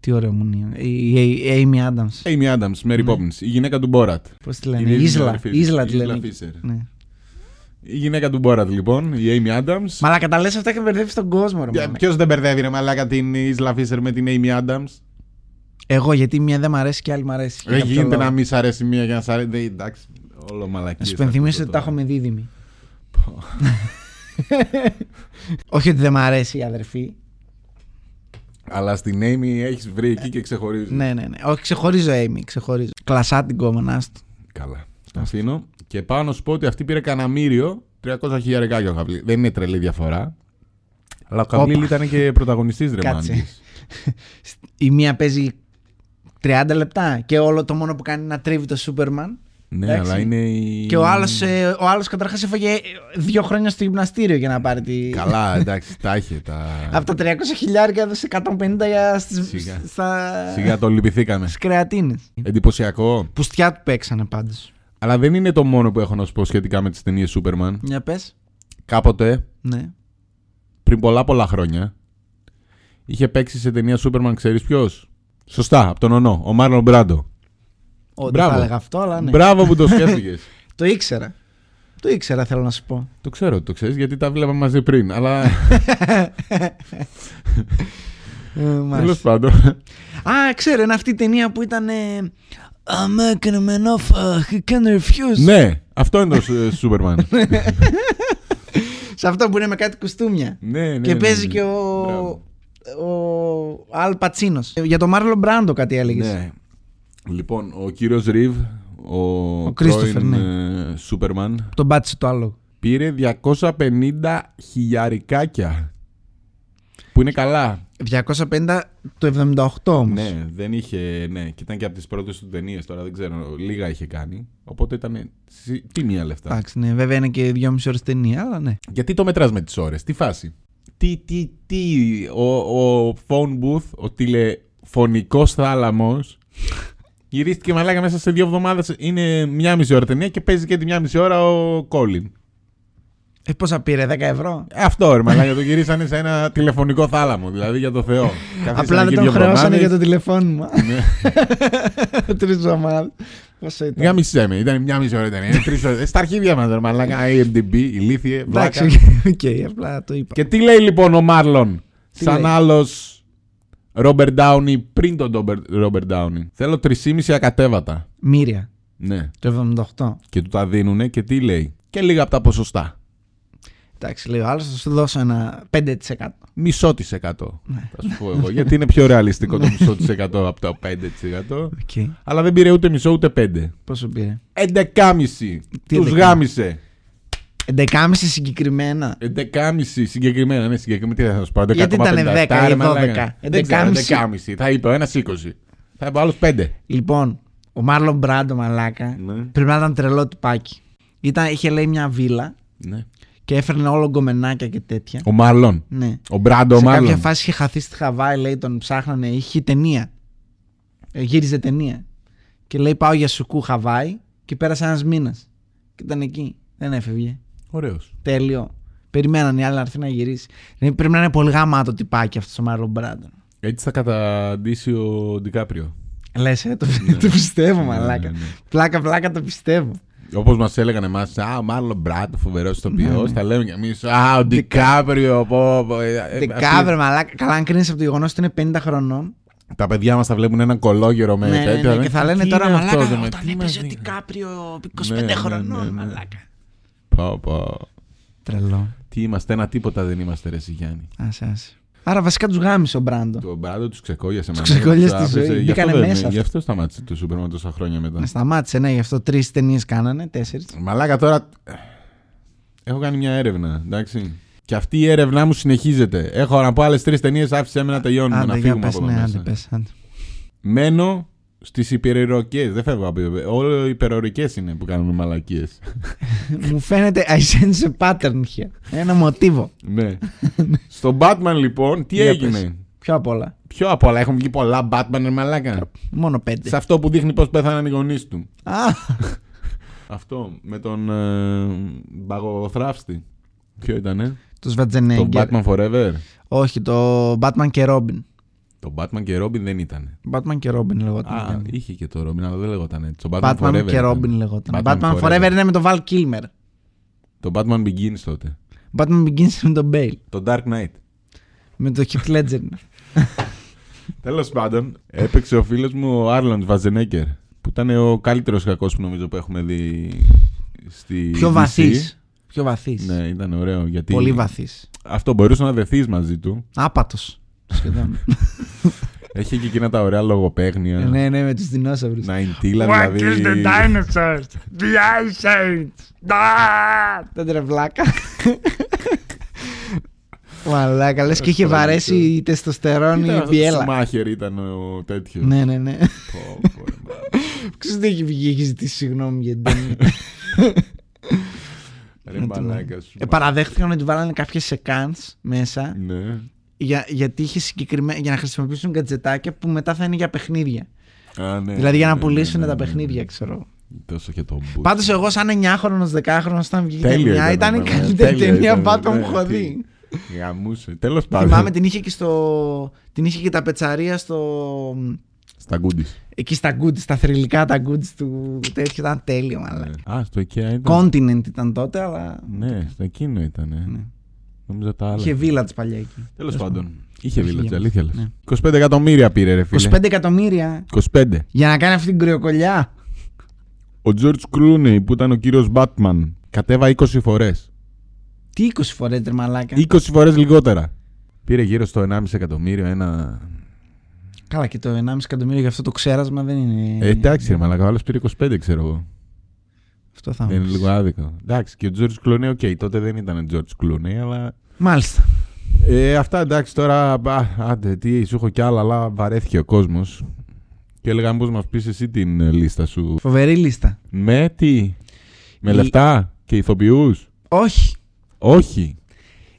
S2: Τι ωραίο μου είναι. Η, η- η Amy Adams.
S1: Amy Adams, Mary Poppins. Η γυναίκα του Borat.
S2: Πώς τη
S1: Είναι
S2: λένε,
S1: η
S2: Ισλα.
S1: Ισλα Φίσερ.
S2: Ισλα τη
S1: Ισλα
S2: λένε.
S1: Φίσερ.
S2: Ναι.
S1: Η γυναίκα του Μπόρατ, λοιπόν, η Amy Adams.
S2: Μαλά, καταλέσαι αυτά και μπερδεύει τον κόσμο, ρε. μαλάκα.
S1: Ποιος δεν μπερδεύει, ρε Μαλάκα, την Ισλα Φίσερ με την Amy Adams.
S2: Εγώ, γιατί μία δεν μ' αρέσει και άλλη μ' αρέσει. Για
S1: Δεν
S2: ποιο
S1: Ε, γίνεται
S2: λόγο.
S1: να μην σ' αρέσει μία για να σ' αρέσει. Δεν- Εντάξει, όλο μαλακή.
S2: Να σου υπενθυμίσω ότι τα έχω με δίδυμη.
S1: Πω.
S2: Όχι ότι δεν μ' αρέσει η αδερφή.
S1: Αλλά στην Amy έχεις βρει εκεί και ξεχωρίζεις.
S2: Ναι, ναι, ναι. Όχι, ξεχωρίζω, Amy, ξεχωρίζω. Κλασά την κόμμα, άστο.
S1: Καλά. Το αφήνω. Και πάω να σου πω ότι αυτή πήρε κανένα μύριο 300 χιλιαρικά για ο Καβλή. Δεν είναι τρελή διαφορά. Αλλά ο Καβλίλη
S2: Όπα.
S1: ήταν και πρωταγωνιστής ρε
S2: Κάτσε.
S1: μάγκης.
S2: Η μία παίζει 30 λεπτά και όλο το μόνο που κάνει είναι να τρίβει το Σούπερμαν.
S1: Ναι,
S2: Εντάξει.
S1: αλλά είναι. Η...
S2: Και ο άλλος, ε, ο άλλος καταρχάς έφαγε ε, δύο χρόνια στο γυμναστήριο για να πάρει τη...
S1: Καλά, εντάξει, τα είχε. Τα...
S2: Από τα 300 χιλιάρια έδωσε 150 για στις,
S1: Σιγά.
S2: στα...
S1: Σιγά το λυπηθήκαμε.
S2: στις κρεατίνες.
S1: Εντυπωσιακό.
S2: Πουστιά του παίξανε πάντως.
S1: Αλλά δεν είναι το μόνο που έχω να σου πω σχετικά με τις ταινίες Σούπερμαν.
S2: Μια πες.
S1: Κάποτε,
S2: Ναι.
S1: πριν πολλά πολλά χρόνια, είχε παίξει σε ταινία Σούπερμαν, ξέρεις ποιος. Σωστά, από τον Ονό, ο Μάρλον Μπράντο.
S2: Ό,τι
S1: Μπράβο.
S2: θα έλεγα αυτό, αλλά ναι.
S1: Μπράβο που το σκέφτηκες.
S2: Το ήξερα. Το ήξερα θέλω να σου πω.
S1: Το ξέρω ότι το ξέρεις, γιατί τα βλέπαμε μαζί πριν. Αλλά
S2: Ε, μάλιστα.
S1: τέλος πάντων.
S2: Α, ξέρω, είναι αυτή η ταινία που ήταν. ε, I'm making him an offer ε, he can refuse.
S1: ναι, αυτό είναι το ε, Σούπερμαν. ναι,
S2: Σε αυτό που είναι με κάτι κουστούμια.
S1: ναι, ναι,
S2: και
S1: ναι,
S2: παίζει
S1: ναι.
S2: και ο.
S1: Μπράβο.
S2: ο Αλ Πατσίνο. Για τον Μάρλο Μπράντο κάτι έλεγες.
S1: Ναι. Λοιπόν, ο κύριος Ριβ, ο,
S2: Ο Christopher,
S1: πρώην,
S2: ναι.
S1: ε, Σούπερμαν,
S2: Τον πάτησε το άλλο.
S1: πήρε 250 χιλιαρικάκια. Που είναι καλά.
S2: 250 το 78 όμως.
S1: Ναι, δεν είχε. Ναι, και ήταν και από τις πρώτες του ταινίες τώρα, δεν ξέρω. Λίγα είχε κάνει. Οπότε ήταν. συ- Τίμια λεφτά.
S2: Εντάξει, ναι, βέβαια είναι και 2,5 ώρες ταινία, αλλά ναι.
S1: Γιατί το μετράς με τις ώρες, τι φάση. Τι, τι, τι, ο, ο phone booth, ο τηλεφωνικός θάλαμος, γυρίστηκε μαλάκα μέσα σε δύο εβδομάδες, είναι μια μισή ώρα ταινία και παίζει και τη μια μισή ώρα ο Colin.
S2: Ε, πόσα πήρε, 10 ευρώ.
S1: Αυτό ρε μαλάκα, το γυρίσανε σε ένα τηλεφωνικό θάλαμο, δηλαδή για το Θεό. Καθίσανε
S2: Απλά
S1: εκεί
S2: δεν τον
S1: δύο
S2: χρεώσανε
S1: εβδομάδες.
S2: για το τηλεφώνημα.
S1: Ναι.
S2: Τρεις εβδομάδες. Πόσο ήταν.
S1: Για μισή με, ήταν μια μισή ώρα ταινία, είναι τρεις ώρες. Στα αρχίδια μας ρε μαλάκα, IMDb, ηλίθιε,
S2: Εντάξει,
S1: βλάκα.
S2: οκ, απλά το είπα.
S1: Και τι λέει λοιπόν ο Μάρλον,
S2: Τι
S1: σαν
S2: λέει?
S1: άλλος Ρόμπερτ Ντάουνι πριν τον Ρόμπερτ Ντάουνι. Θέλω 3,5 ακατέβατα.
S2: Μύρια,
S1: Ναι.
S2: το 78.
S1: Και του τα δίνουνε και τι λέει. Και λίγα από τα ποσοστά.
S2: Εντάξει, λέει ο άλλο, θα σου δώσω ένα 5%.
S1: Μισό τη εκατό.
S2: Ναι.
S1: Θα σου πω εγώ. Γιατί είναι πιο ρεαλιστικό το μισό τη εκατό από το 5%.
S2: Okay.
S1: Αλλά δεν πήρε ούτε μισό ούτε 5.
S2: Πόσο πήρε.
S1: 11,5.
S2: Τι
S1: Τους
S2: 11,5?
S1: γάμισε.
S2: 11,5 συγκεκριμένα.
S1: 11,5 συγκεκριμένα. Ναι, συγκεκριμένα. Τι θα σου πω. 11,57,
S2: Γιατί ήτανε 10 ή
S1: ρε μαλάκα.
S2: 12.
S1: Δεν ξέρω,
S2: 11,5.
S1: 11,5. Θα είπε ένα 20. Θα είπε άλλο 5.
S2: Λοιπόν, ο Μάρλον Μπράντο Μαλάκα
S1: Ναι.
S2: πρέπει να ήταν τρελό του πάκι. Ήταν, είχε λέει μια βίλα
S1: Ναι.
S2: και έφερνε όλο γκομενάκια και τέτοια.
S1: Ο Μάρλον.
S2: Ναι.
S1: Ο Μπράντο
S2: Σε
S1: Μάρλον.
S2: κάποια φάση είχε χαθεί στη Χαβάη, λέει, τον ψάχνανε, είχε ταινία. Ε, γύριζε ταινία. Και λέει, πάω για σουκού Χαβάη και πέρασε ένας μήνας. Και ήταν εκεί. Δεν έφευγε.
S1: Ωραίος.
S2: Τέλειο. Περιμέναν οι άλλοι να έρθει να γυρίσει. Δηλαδή, πρέπει να είναι πολύ γαμάτο τυπάκι αυτό ο Μάρλον Μπράντον.
S1: Έτσι θα καταντήσει ο Ντικάπριο.
S2: Λες, ε, το, το πιστεύω, μαλάκα.
S1: ναι, ναι.
S2: Πλάκα, πλάκα το πιστεύω.
S1: Όπως μας έλεγαν εμάς, Α, ο Μάρλον Μπράντ, φοβερός ηθοποιός.
S2: Ναι,
S1: Θα λέμε κι εμείς, Α, ο Ντικάπριο. Πω, πω, ε, ε,
S2: Δεκάβρε, μαλάκα. Καλά, αν κρίνεις από το γεγονός ότι είναι 50 χρονών.
S1: αυτοί- Τα παιδιά μας θα βλέπουν έναν κολόγερο με
S2: Ναι, ναι,
S1: τέτοια.
S2: ναι, και θα
S1: «Τι
S2: λένε
S1: είναι
S2: τώρα
S1: αυτός,
S2: μαλάκα.
S1: ρε, με,
S2: Όταν
S1: τι μας
S2: έπαιζε ο
S1: δίνει».
S2: Ντικάπριο 25
S1: Ναι, ναι, ναι,
S2: χρονών,
S1: ναι.
S2: μαλάκα.
S1: Πω, πω.
S2: Τρελό.
S1: Τι είμαστε, ένα τίποτα δεν είμαστε, Ρε Σιγιάννη.
S2: Άσε, άσε. Άρα βασικά τους γάμισε ο Μπράντο.
S1: Το Μπράντο τους ξεκόλιασε
S2: Τους ξεκόλιασε τη ζωή. Μπήκανε μέσα.
S1: ε, Γι' αυτό σταμάτησε το Σούπερμαν τόσα χρόνια μετά.
S2: Να σταμάτησε, ναι, γι' αυτό τρεις ταινίες κάνανε, τέσσερις.
S1: Μαλάκα τώρα. ε, Έχω κάνει μια έρευνα, εντάξει. Και αυτή η έρευνά μου συνεχίζεται. Έχω να πω άλλες τρεις ταινίες, άφησε με να τελειώνουμε, να φύγουμε
S2: πες,
S1: από εδώ
S2: ναι, άντε,
S1: μέσα.
S2: πες, άντε.
S1: Μένω στις υπερορικέ. Δεν φεύγω από Όλο οι υπερορικές είναι που κάνουν μαλακίες.
S2: Μου φαίνεται I sense a pattern here. Ένα μοτίβο.
S1: ναι. Στον Batman λοιπόν, τι
S2: Για πες.
S1: έγινε.
S2: Πιο απ' όλα.
S1: Πιο απ' όλα, έχουν βγει πολλά Batman ρε μαλάκα.
S2: Μόνο πέντε.
S1: Σε αυτό που δείχνει πώς πέθαναν οι γονείς του.
S2: Α,
S1: Αυτό με τον ε, μπαγοθράφστη. Ποιο ήτανε,
S2: το
S1: Το
S2: Schwarzenegger.
S1: Batman Forever.
S2: Όχι, το Batman και Robin.
S1: Το Batman και Robin δεν ήτανε.
S2: Batman και Robin λεγόταν.
S1: Α,
S2: Batman,
S1: είχε και το Robin, αλλά δεν λεγόταν έτσι. Το Batman,
S2: Ναι.
S1: Forever
S2: Batman και
S1: ήταν.
S2: Robin λεγόταν.
S1: Batman
S2: Batman, Forever είναι με τον Val Kilmer.
S1: Το Batman Begins τότε.
S2: Batman Begins με τον Bale.
S1: Το Dark Knight.
S2: Με το Heath Ledger.
S1: Τέλος πάντων, έπαιξε ο φίλος μου ο Άρλαντ Βαζενέκερ. Που ήταν ο καλύτερος κακός που νομίζω που έχουμε δει στη.
S2: Πιο
S1: DC.
S2: βαθύς. Πιο βαθύς.
S1: Ναι, ήταν ωραίο. Γιατί
S2: Πολύ βαθύς.
S1: Αυτό μπορούσε να δεθεί μαζί του.
S2: Άπατος. Σχεδόν.
S1: Έχει και εκείνα τα ωραία λογοπαίγνια.
S2: ναι, ναι, με τους δεινόσαυρους.
S1: Ναϊντίλα δηλαδή.
S2: dinosaurs? The Ice Age. Δεν τρεβλάκα. Μαλάκα, λες και είχε
S1: Αστραλικό.
S2: βαρέσει η τεστοστερόνη η
S1: Ήταν
S2: πιέλα.
S1: Σουμάχερ ήταν ο τέτοιος.
S2: Ναι, ναι, ναι.
S1: Πω, πω, ρε, μπράβο.
S2: Ξέρεις τι έχει βγει, έχει ζητήσει συγγνώμη για την ταινία.
S1: Ρε
S2: Να του λέω.
S1: μαλάκα σου.
S2: Ε, Παραδέχτηκαν ότι βάλανε κάποιες σεκάνς μέσα
S1: Ναι.
S2: για, γιατί είχε συγκεκριμέ... για να χρησιμοποιήσουν γκατζετάκια που μετά θα είναι για παιχνίδια.
S1: Α, ναι,
S2: δηλαδή για
S1: ναι,
S2: να
S1: ναι,
S2: πουλήσουν
S1: ναι,
S2: τα
S1: ναι, ναι.
S2: παιχνίδια, ξέρω.
S1: Τόσο και το boot.
S2: Πάντως εγώ σαν 9χρονο, 10χρονο, όταν βγήκε η
S1: Τέλειο
S2: ταινία,
S1: ήταν,
S2: ήταν η
S1: βέβαια.
S2: καλύτερη
S1: Τέλειο
S2: ταινία
S1: ήταν,
S2: πάτω
S1: ναι,
S2: που έχω
S1: τι.
S2: δει.
S1: Γαμούσε. Τέλος πάντων.
S2: Θυμάμαι την είχε και στο. Την είχε και τα πετσαρία στο.
S1: Στα γκούντι.
S2: Εκεί στα goods, τα θρηλυκά τα goods του τέτοιου. Ήταν τέλειο, μάλλον.
S1: Ναι. Α, στο IKEA ήταν.
S2: Continent ήταν τότε, αλλά.
S1: Ναι, στο εκείνο ήταν.
S2: Ναι.
S1: Νόμιζα τα άλλα.
S2: Είχε village παλιά εκεί.
S1: Τέλος πάντων. Είχε
S2: Είχε
S1: village,
S2: village,
S1: αλήθεια λες.
S2: ναι.
S1: 25 εκατομμύρια πήρε, ρε φίλε.
S2: 25 εκατομμύρια
S1: 25.
S2: για να κάνει αυτή την κρυοκολιά.
S1: Ο George Clooney που ήταν ο κύριος Batman κατέβα 20 φορές.
S2: Τι 20 φορέ τρεμαλάκα.
S1: 20 φορές λιγότερα. Πήρε γύρω στο 1,5 εκατομμύριο ένα.
S2: Καλά, και το 1,5 εκατομμύριο για αυτό το ξέρασμα δεν είναι.
S1: Ε, εντάξει,
S2: ναι.
S1: ρε Μαλάκα, ο άλλος πήρε 25, ξέρω εγώ.
S2: Αυτό θα μου
S1: Είναι
S2: πεις.
S1: λίγο άδικο. Εντάξει, και ο George Clooney, οκ, τότε δεν ήταν George Clooney, αλλά
S2: Μάλιστα.
S1: Ε, αυτά εντάξει τώρα. μπα, άντε, τι, σου έχω κι άλλα, αλλά βαρέθηκε ο κόσμος. Και έλεγα, πώ μας πεις εσύ την ε, λίστα σου.
S2: Φοβερή λίστα.
S1: Με τι, με
S2: Η-
S1: λεφτά και ηθοποιούς.
S2: Όχι.
S1: Όχι.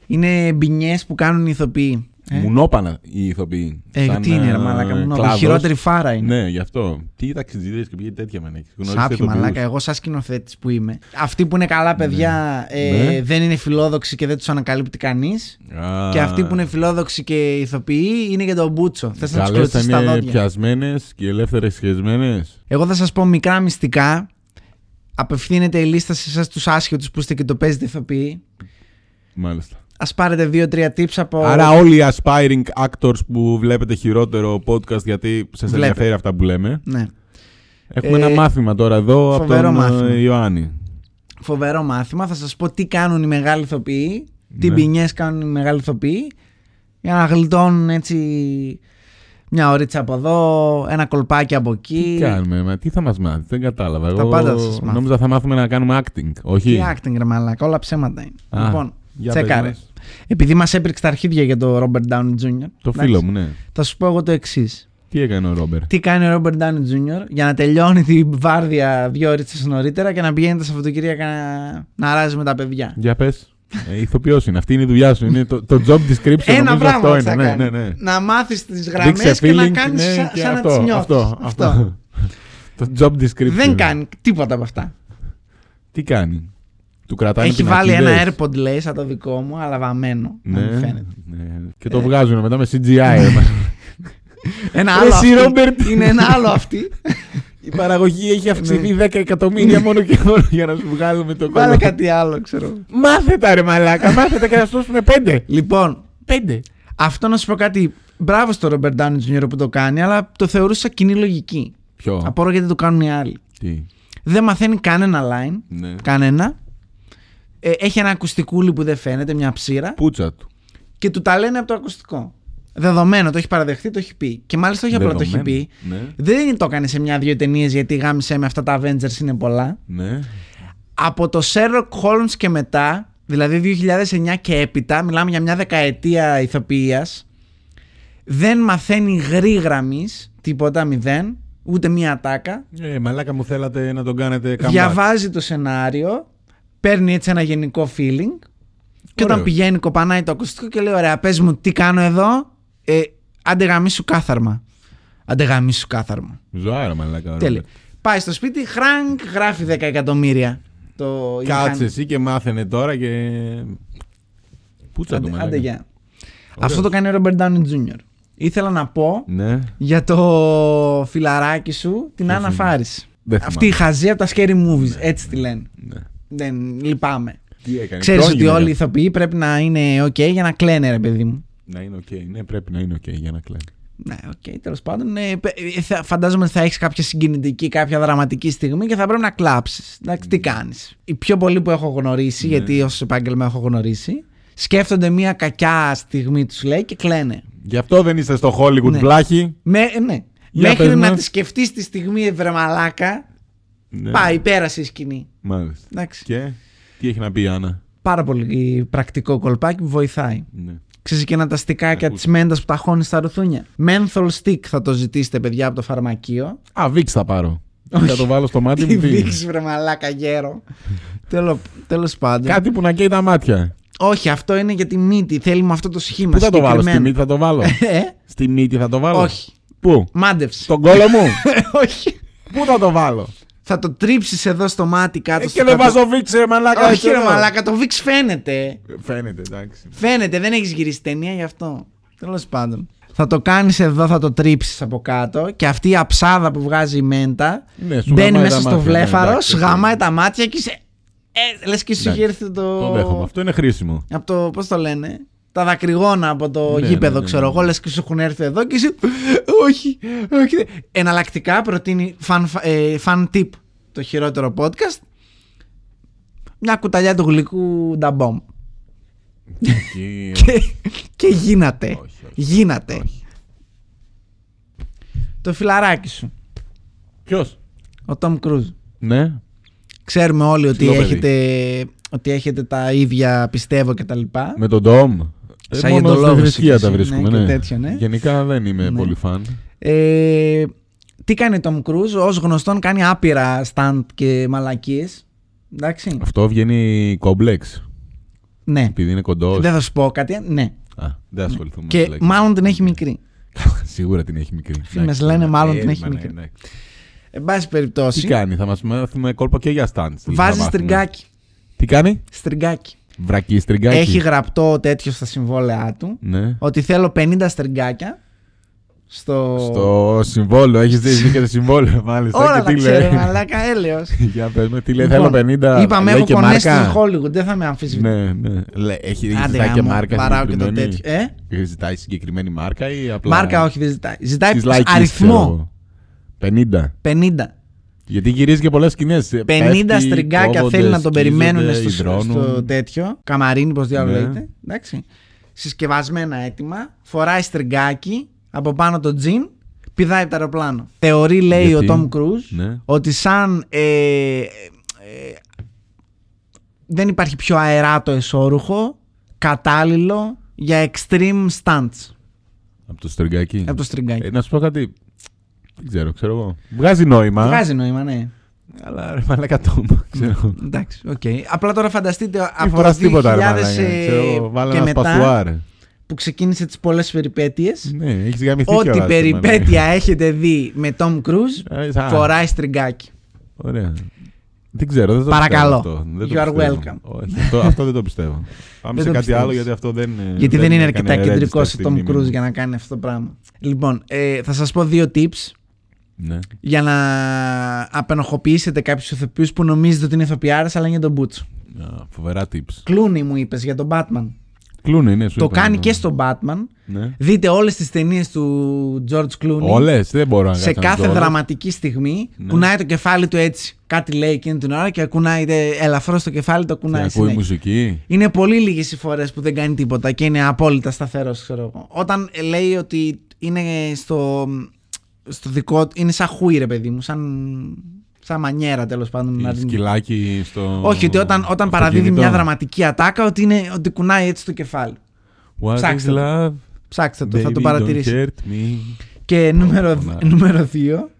S2: Είναι μπινιές που κάνουν οι ηθοποιοί. Ε,
S1: Μουνόπανα οι ηθοποιοί.
S2: ε
S1: Σαν,
S2: τι είναι,
S1: ε,
S2: ρε Μαλάκα, μου νόμιζα.
S1: κλάδος.
S2: Χειρότερη φάρα είναι.
S1: Ναι, γι' αυτό. Τι ταξιδίδε και πήγε τέτοια με έχει.
S2: Σάπιο μαλάκα, εγώ σαν σκηνοθέτης που είμαι. Αυτοί που είναι καλά παιδιά ε,
S1: Ναι.
S2: δεν είναι φιλόδοξοι και δεν τους ανακαλύπτει κανείς. Και αυτοί που είναι φιλόδοξοι και ηθοποιοί είναι για τον Μπούτσο. Θες να τους
S1: Καλές
S2: κλωτσίσεις τα
S1: είναι
S2: δόντια.
S1: πιασμένες και ελεύθερες σχεσμένες.
S2: Εγώ θα σας πω μικρά μυστικά. Απευθύνεται η λίστα σε εσάς τους άσχετους που είστε και το παίζετε ηθοποιοί.
S1: Μάλιστα.
S2: Ας πάρετε δύο-τρία tips από.
S1: Άρα όλοι οι aspiring actors που βλέπετε χειρότερο podcast γιατί σας
S2: Βλέπετε.
S1: ενδιαφέρει αυτά που λέμε.
S2: Ναι.
S1: Έχουμε
S2: Ε,
S1: ένα μάθημα τώρα εδώ από
S2: φοβερό
S1: τον
S2: μάθημα.
S1: ε, Ιωάννη.
S2: Φοβερό μάθημα. Θα σας πω τι κάνουν οι μεγάλοι ηθοποιοί, τι
S1: Ναι.
S2: ποινιές κάνουν οι μεγάλοι ηθοποιοί, για να γλιτώνουν έτσι μια ωρίτσα από εδώ, ένα κολπάκι από εκεί.
S1: Τι κάνουμε, μα, τι θα μας μάθει, δεν κατάλαβα.
S2: Τα
S1: Εγώ
S2: πάντα θα σας μάθω.
S1: νόμιζα θα μάθουμε να κάνουμε acting, όχι.
S2: Τι acting, ρε μαλάκα, όλα ψέματα είναι.
S1: Α,
S2: λοιπόν,
S1: για πες
S2: τσέκαρε.
S1: μας.
S2: Επειδή μας έπρεξε τα αρχίδια για το Robert Downey Jr.
S1: Το
S2: εντάξει,
S1: φίλο μου, ναι.
S2: Θα σου πω εγώ το εξής.
S1: Τι έκανε ο Ρόμπερ.
S2: Τι κάνει ο Robert Downey Jr. για να τελειώνει τη βάρδια δύο ώρες νωρίτερα και να πηγαίνει τα Σαββατοκύριακα να, να ράζει με τα παιδιά.
S1: Για πες. Ε, ηθοποιός είναι, αυτή είναι η δουλειά σου. Είναι το, το job description,
S2: Ένα
S1: νομίζω
S2: πράγμα
S1: αυτό
S2: θα
S1: είναι. Ναι,
S2: κάνει.
S1: ναι, ναι.
S2: Να μάθεις τις
S1: Δείξε
S2: γραμμές και να
S1: feeling,
S2: κάνεις
S1: ναι,
S2: σαν,
S1: και
S2: σαν να
S1: αυτό,
S2: τις νιώθεις.
S1: Αυτό, αυτό. το job description.
S2: Δεν κάνει τίποτα από αυτά.
S1: Τι κάνει. Του κρατάνε
S2: Έχει
S1: την
S2: βάλει ένα
S1: ακίδες.
S2: AirPod, λέει, σαν το δικό μου, αλλά βαμμένο. να μην
S1: Ναι,
S2: φαίνεται. Ε. Ναι.
S1: ναι. Και το βγάζουν μετά με CGI.
S2: Ένα
S1: Ρε
S2: άλλο.
S1: εσύ,
S2: αυτή.
S1: Ρόμπερτ.
S2: Είναι ένα άλλο αυτή.
S1: Η παραγωγή έχει αυξηθεί 10 εκατομμύρια μόνο και μόνο για να σου βγάλουμε το
S2: Ναι. Βάλε
S1: κόμμα.
S2: κάτι άλλο, ξέρω.
S1: Μάθε τα ρε μαλάκα, μάθε τα και να σου δώσουμε 5.
S2: Λοιπόν,
S1: 5.
S2: αυτό να σου πω κάτι. Μπράβο στο Robert Downey Jr. που το κάνει, αλλά το θεωρούσα κοινή λογική.
S1: Ποιο.
S2: Απορώ γιατί το κάνουν οι άλλοι.
S1: Τι.
S2: Δεν μαθαίνει κανένα line.
S1: Ναι.
S2: Κανένα. Ε, έχει ένα ακουστικούλι που δεν φαίνεται, μια ψήρα.
S1: Πούτσα του.
S2: και του τα λένε από το ακουστικό. Δεδομένο, το έχει παραδεχτεί, το έχει πει. Και μάλιστα όχι απλά το έχει
S1: Δεδομένο.
S2: πει.
S1: Ναι.
S2: Δεν το έκανε σε μια-δύο ταινίες γιατί γάμισε με αυτά τα Avengers είναι πολλά.
S1: Ναι.
S2: Από το Sherlock Holmes και μετά, δηλαδή 2009 και έπειτα, μιλάμε για μια δεκαετία ηθοποιίας, δεν μαθαίνει γρήγραμμη τίποτα, μηδέν, ούτε μία ατάκα.
S1: Ε, μαλάκα μου θέλατε να τον κάνετε καμπάκι.
S2: Διαβάζει το σενάριο, παίρνει έτσι ένα γενικό feeling και όταν
S1: Ωραίο.
S2: πηγαίνει κοπανάει το ακουστικό και λέει ωραία πες μου τι κάνω εδώ, ε, άντε γαμίσου κάθαρμα. Άντε γαμίσου κάθαρμα.
S1: Ζωάρα μαλάκα. ο
S2: Τέλεια.
S1: Ρόμπερτ.
S2: Πάει στο σπίτι, χρανκ, γράφει 10 εκατομμύρια. Το
S1: Κάτσε
S2: Ιωάννη.
S1: εσύ και μάθαινε τώρα και... Πούτσα του
S2: Άντε,
S1: μαλάκα.
S2: άντε γεια. Αυτό το κάνει ο Robert Downey Jr. Ήθελα να πω
S1: Ναι.
S2: για το φιλαράκι σου, την Άννα
S1: είναι?
S2: Φάρης.
S1: Δεν
S2: Αυτή η
S1: θυμάμαι.
S2: χαζή από τα scary movies, έτσι τη λένε.
S1: Ναι.
S2: Δεν λυπάμαι.
S1: Τι έκανε.
S2: Ξέρεις ότι
S1: πρόγινε,
S2: όλοι οι
S1: ρε.
S2: ηθοποιοί πρέπει να είναι OK για να κλαίνε, ρε παιδί μου.
S1: Να είναι οκ. Ναι, πρέπει να είναι οκ για να κλαίνει.
S2: Ναι, οκ, τέλος πάντων. ε, πε- ε, θα- φαντάζομαι ότι θα έχεις κάποια συγκινητική, κάποια δραματική στιγμή και θα πρέπει να κλάψεις. Εντάξει, τι κάνεις. Οι πιο πολλοί που έχω γνωρίσει,
S1: Ναι.
S2: γιατί ως επάγγελμα έχω γνωρίσει, σκέφτονται μια κακιά στιγμή τους λέει και κλαίνε.
S1: Γι' αυτό δεν είστε στο Hollywood,
S2: Ναι.
S1: βλάχη.
S2: Με, ε, ναι.
S1: Για
S2: Μέχρι
S1: πες
S2: να
S1: μας.
S2: τη σκεφτείς τη στιγμή, ε, βρε μαλάκα,
S1: Ναι.
S2: πάει, πέρασε η σκηνή.
S1: Μάλιστα.
S2: Εντάξει.
S1: Και τι έχει να πει η Άννα.
S2: Πάρα πολύ πρακτικό κολπάκι που βοηθάει.
S1: Ναι.
S2: Ξέρεις και να τα στικάκια
S1: Ακούω.
S2: τη μέντα που τα χώνει στα ρουθούνια. Menthol stick θα το ζητήσετε, παιδιά, από το φαρμακείο.
S1: Α, Βίξ θα πάρω.
S2: Όχι.
S1: Θα το βάλω στο μάτι
S2: Τι
S1: μου. τι?
S2: δείξει, βρε μαλάκα γέρο. Τέλο τέλος πάντων.
S1: Κάτι που να καίει τα μάτια.
S2: Όχι, αυτό είναι για τη μύτη. Θέλει με αυτό το σχήμα.
S1: Πού θα το βάλω, στη
S2: συγκεκριμένο.
S1: μύτη θα το βάλω.
S2: Ε,
S1: στη μύτη θα το βάλω.
S2: όχι.
S1: Πού,
S2: Μάντεψε.
S1: στον κόλο μου.
S2: όχι.
S1: Πού θα το βάλω.
S2: Θα το τρίψεις εδώ στο μάτι κάτω.
S1: Ε,
S2: στο
S1: και δεν
S2: κάτω-
S1: βάζω Βίξ, ρε μαλάκα.
S2: Όχι,
S1: έτσι
S2: ρε
S1: εδώ.
S2: μαλάκα, το βίξ φαίνεται.
S1: Φαίνεται, εντάξει.
S2: Φαίνεται, δεν έχεις γυρίσει ταινία γι' αυτό. Τέλος πάντων. Θα το κάνεις εδώ, θα το τρίψεις από κάτω και αυτή η αψάδα που βγάζει η μέντα
S1: Ναι, σου
S2: μπαίνει
S1: γαμάει
S2: μέσα
S1: τα
S2: στο
S1: μάτια, ναι,
S2: βλέφαρο,
S1: εντάξει,
S2: σου γαμάει τα μάτια και είσαι. Ε, λες και σου
S1: Εντάξει,
S2: έχει έρθει το.
S1: Το δέχομαι. Αυτό είναι χρήσιμο.
S2: Από το. Πώς το λένε. Τα δακρυγόνα από το
S1: Ναι,
S2: γήπεδο,
S1: ναι, ναι,
S2: ξέρω
S1: ναι.
S2: εγώ, λες και σου έχουν έρθει εδώ και εσύ. Όχι, όχι. Εναλλακτικά προτείνει fan, ε, fan tip το χειρότερο podcast. Μια κουταλιά του γλυκού νταμπόμ.
S1: Εκεί,
S2: Και, και γίνατε.
S1: όχι, όχι.
S2: Γίνατε. Το φιλαράκι σου,
S1: Ποιος.
S2: ο Τόμ Κρούζ.
S1: Ναι.
S2: Ξέρουμε όλοι ότι
S1: Φιλό παιδί.
S2: έχετε, ότι έχετε τα ίδια πιστεύω και τα λοιπά.
S1: Με τον Ντόμ. Ε,
S2: Σαν
S1: μόνο
S2: γεντολόγος
S1: στη
S2: είσαι
S1: θρησκεία
S2: κι
S1: τα
S2: εσύ,
S1: βρίσκουμε.
S2: ναι, και
S1: Ναι,
S2: τέτοιο, ναι.
S1: Γενικά δεν είμαι
S2: Ναι.
S1: πολύ φαν.
S2: Ε, τι κάνει ο Τόμ Κρούζ, ως γνωστόν κάνει άπειρα στάντ και μαλακίες. Εντάξει.
S1: Αυτό βγαίνει κόμπλεξ.
S2: Ναι.
S1: Επειδή είναι κοντός.
S2: Δεν θα σου πω κάτι. Ναι.
S1: Α, δεν ασχοληθούμε. με
S2: Και
S1: τις λέξεις.
S2: μάλλον την έχει μικρή.
S1: Καλά, Σίγουρα την έχει μικρή.
S2: Φήμες
S1: Εντάξει,
S2: λένε
S1: ναι,
S2: μάλλον
S1: ε,
S2: την έχει
S1: μα, ναι,
S2: μικρή.
S1: ναι.
S2: Εν πάση
S1: Τι
S2: περιπτώσει,
S1: κάνει, θα μας μάθουμε κόλπο και για στάντ.
S2: βάζει στριγκάκι.
S1: Τι κάνει,
S2: Στριγκάκι.
S1: βρακή στριγκάκι.
S2: Έχει γραπτό τέτοιο στα συμβόλαιά του
S1: Ναι.
S2: ότι θέλω 50 στριγκάκια στο.
S1: Στο συμβόλαιο, έχεις δει και το συμβόλαιο, μάλιστα.
S2: Όλα
S1: και
S2: τα
S1: τι
S2: ξέρω,
S1: λέει.
S2: μαλάκα, έλεος.
S1: Για πες με, τι λέει,
S2: Λοιπόν,
S1: θέλω 50.
S2: Είπαμε,
S1: λέει
S2: έχω
S1: και
S2: κονέ στη
S1: μάρκα.
S2: Hollywood, δεν θα με αμφισβητήσει.
S1: Ναι, ναι. Λέ, έχει
S2: Άντε,
S1: ζητάει και
S2: γάμο,
S1: μάρκα.
S2: βαράω και το
S1: συγκεκριμένη?
S2: τέτοιο. Ε?
S1: Ε, Ζητάει συγκεκριμένη μάρκα ή απλά.
S2: Μάρκα όχι, δεν ζητάει. Ζητάει
S1: της λαϊκής,
S2: αριθμό.
S1: ξέρω εγώ. 50.
S2: 50.
S1: Γιατί γυρίζει και Ε, πολλές σκηνές.
S2: 50 στριγκάκια θέλει να τον περιμένουν στο, στο
S1: υδρώνουν.
S2: τέτοιο. Καμαρίνι, πώ διάλογο
S1: Ναι.
S2: λέγεται. Εντάξει. Συσκευασμένα έτοιμα. Φοράει στριγκάκι από πάνω το τζιν. Πηδάει από το αεροπλάνο. Θεωρεί, λέει
S1: Γιατί?
S2: ο Τόμ Κρούζ,
S1: Ναι.
S2: ότι σαν. Ε, ε, δεν υπάρχει πιο αεράτο εσώρουχο κατάλληλο για extreme stunts
S1: Από το στριγκάκι.
S2: από το στριγκάκι.
S1: Ε, να σου πω κάτι. Δεν ξέρω, ξέρω εγώ. Βγάζει νόημα.
S2: Βγάζει νόημα, ναι.
S1: Αλλά ρε μαλάκα το μου, ξέρω. εγώ.
S2: Εντάξει, οκ. Απλά τώρα φανταστείτε
S1: Μη
S2: από το
S1: φοράς
S2: 2000
S1: τίποτα ρε μαλάκα.
S2: ε,
S1: Ξέρω, εγώ, βάλε
S2: και
S1: ένα
S2: μετά
S1: σπασουάρ.
S2: που ξεκίνησε τις πολλές περιπέτειες.
S1: Ναι, έχεις γαμηθεί
S2: Ό,τι
S1: κιόλας, ρε
S2: περιπέτεια έχετε δει με Tom Cruise,
S1: μαλάκα. Ε, σαν-
S2: φοράει στριγκάκι.
S1: Ωραία. Δεν ξέρω, δεν το
S2: Παρακαλώ.
S1: πιστεύω αυτό. Δεν το
S2: You are
S1: πιστεύω.
S2: welcome.
S1: Όχι, αυτό, αυτό δεν το πιστεύω. Πάμε
S2: Δεν
S1: σε
S2: το
S1: κάτι
S2: πιστεύεις.
S1: άλλο γιατί αυτό δεν. ε,
S2: Γιατί δεν είναι αρκετά
S1: έκανε
S2: κεντρικό
S1: register
S2: ο
S1: στη
S2: Tom
S1: μνήμη μου.
S2: Cruise για να κάνει αυτό το πράγμα. Λοιπόν, ε, θα σας πω δύο tips
S1: Ναι.
S2: για να απενοχοποιήσετε κάποιους ηθοποιούς που νομίζετε ότι είναι ηθοποιάρες αλλά είναι τον Μπούτσο.
S1: Ναι. Α, Φοβερά tips.
S2: Κλούνι μου είπες για τον Batman.
S1: Κλούνε, ναι, σου
S2: Το
S1: είπα,
S2: κάνει
S1: ναι.
S2: και στον Batman.
S1: Ναι.
S2: Δείτε όλες τις ταινίες του George Clooney.
S1: Όλες, δεν μπορώ να
S2: σε
S1: κάτσω να
S2: κάθε
S1: δω όλες.
S2: δραματική στιγμή
S1: Ναι.
S2: κουνάει το κεφάλι του έτσι. Κάτι λέει εκείνη την ώρα και κουνάει ε, ελαφρώς το κεφάλι, το
S1: Και
S2: κουνάει.
S1: Ακούει
S2: συνέχεια.
S1: μουσική.
S2: Είναι πολύ λίγες οι φορές που δεν κάνει τίποτα και είναι απόλυτα σταθερός, ξέρω εγώ. Όταν ε, λέει ότι είναι στο, στο δικό του. είναι σαν χούι, ρε παιδί μου, σαν, σαν μανιέρα τέλος πάντων. να την-
S1: Σκυλάκι στο.
S2: Όχι, ότι όταν, όταν
S1: στο
S2: παραδίδει
S1: κινητό.
S2: μια δραματική ατάκα, ότι, είναι, ότι κουνάει έτσι το κεφάλι.
S1: What is
S2: Ψάξτε το.
S1: love,
S2: Ψάξτε το,
S1: baby,
S2: θα το
S1: don't
S2: παρατηρήσει.
S1: hurt me.
S2: Και νούμερο,
S1: Φωνάζει.
S2: νούμερο 2,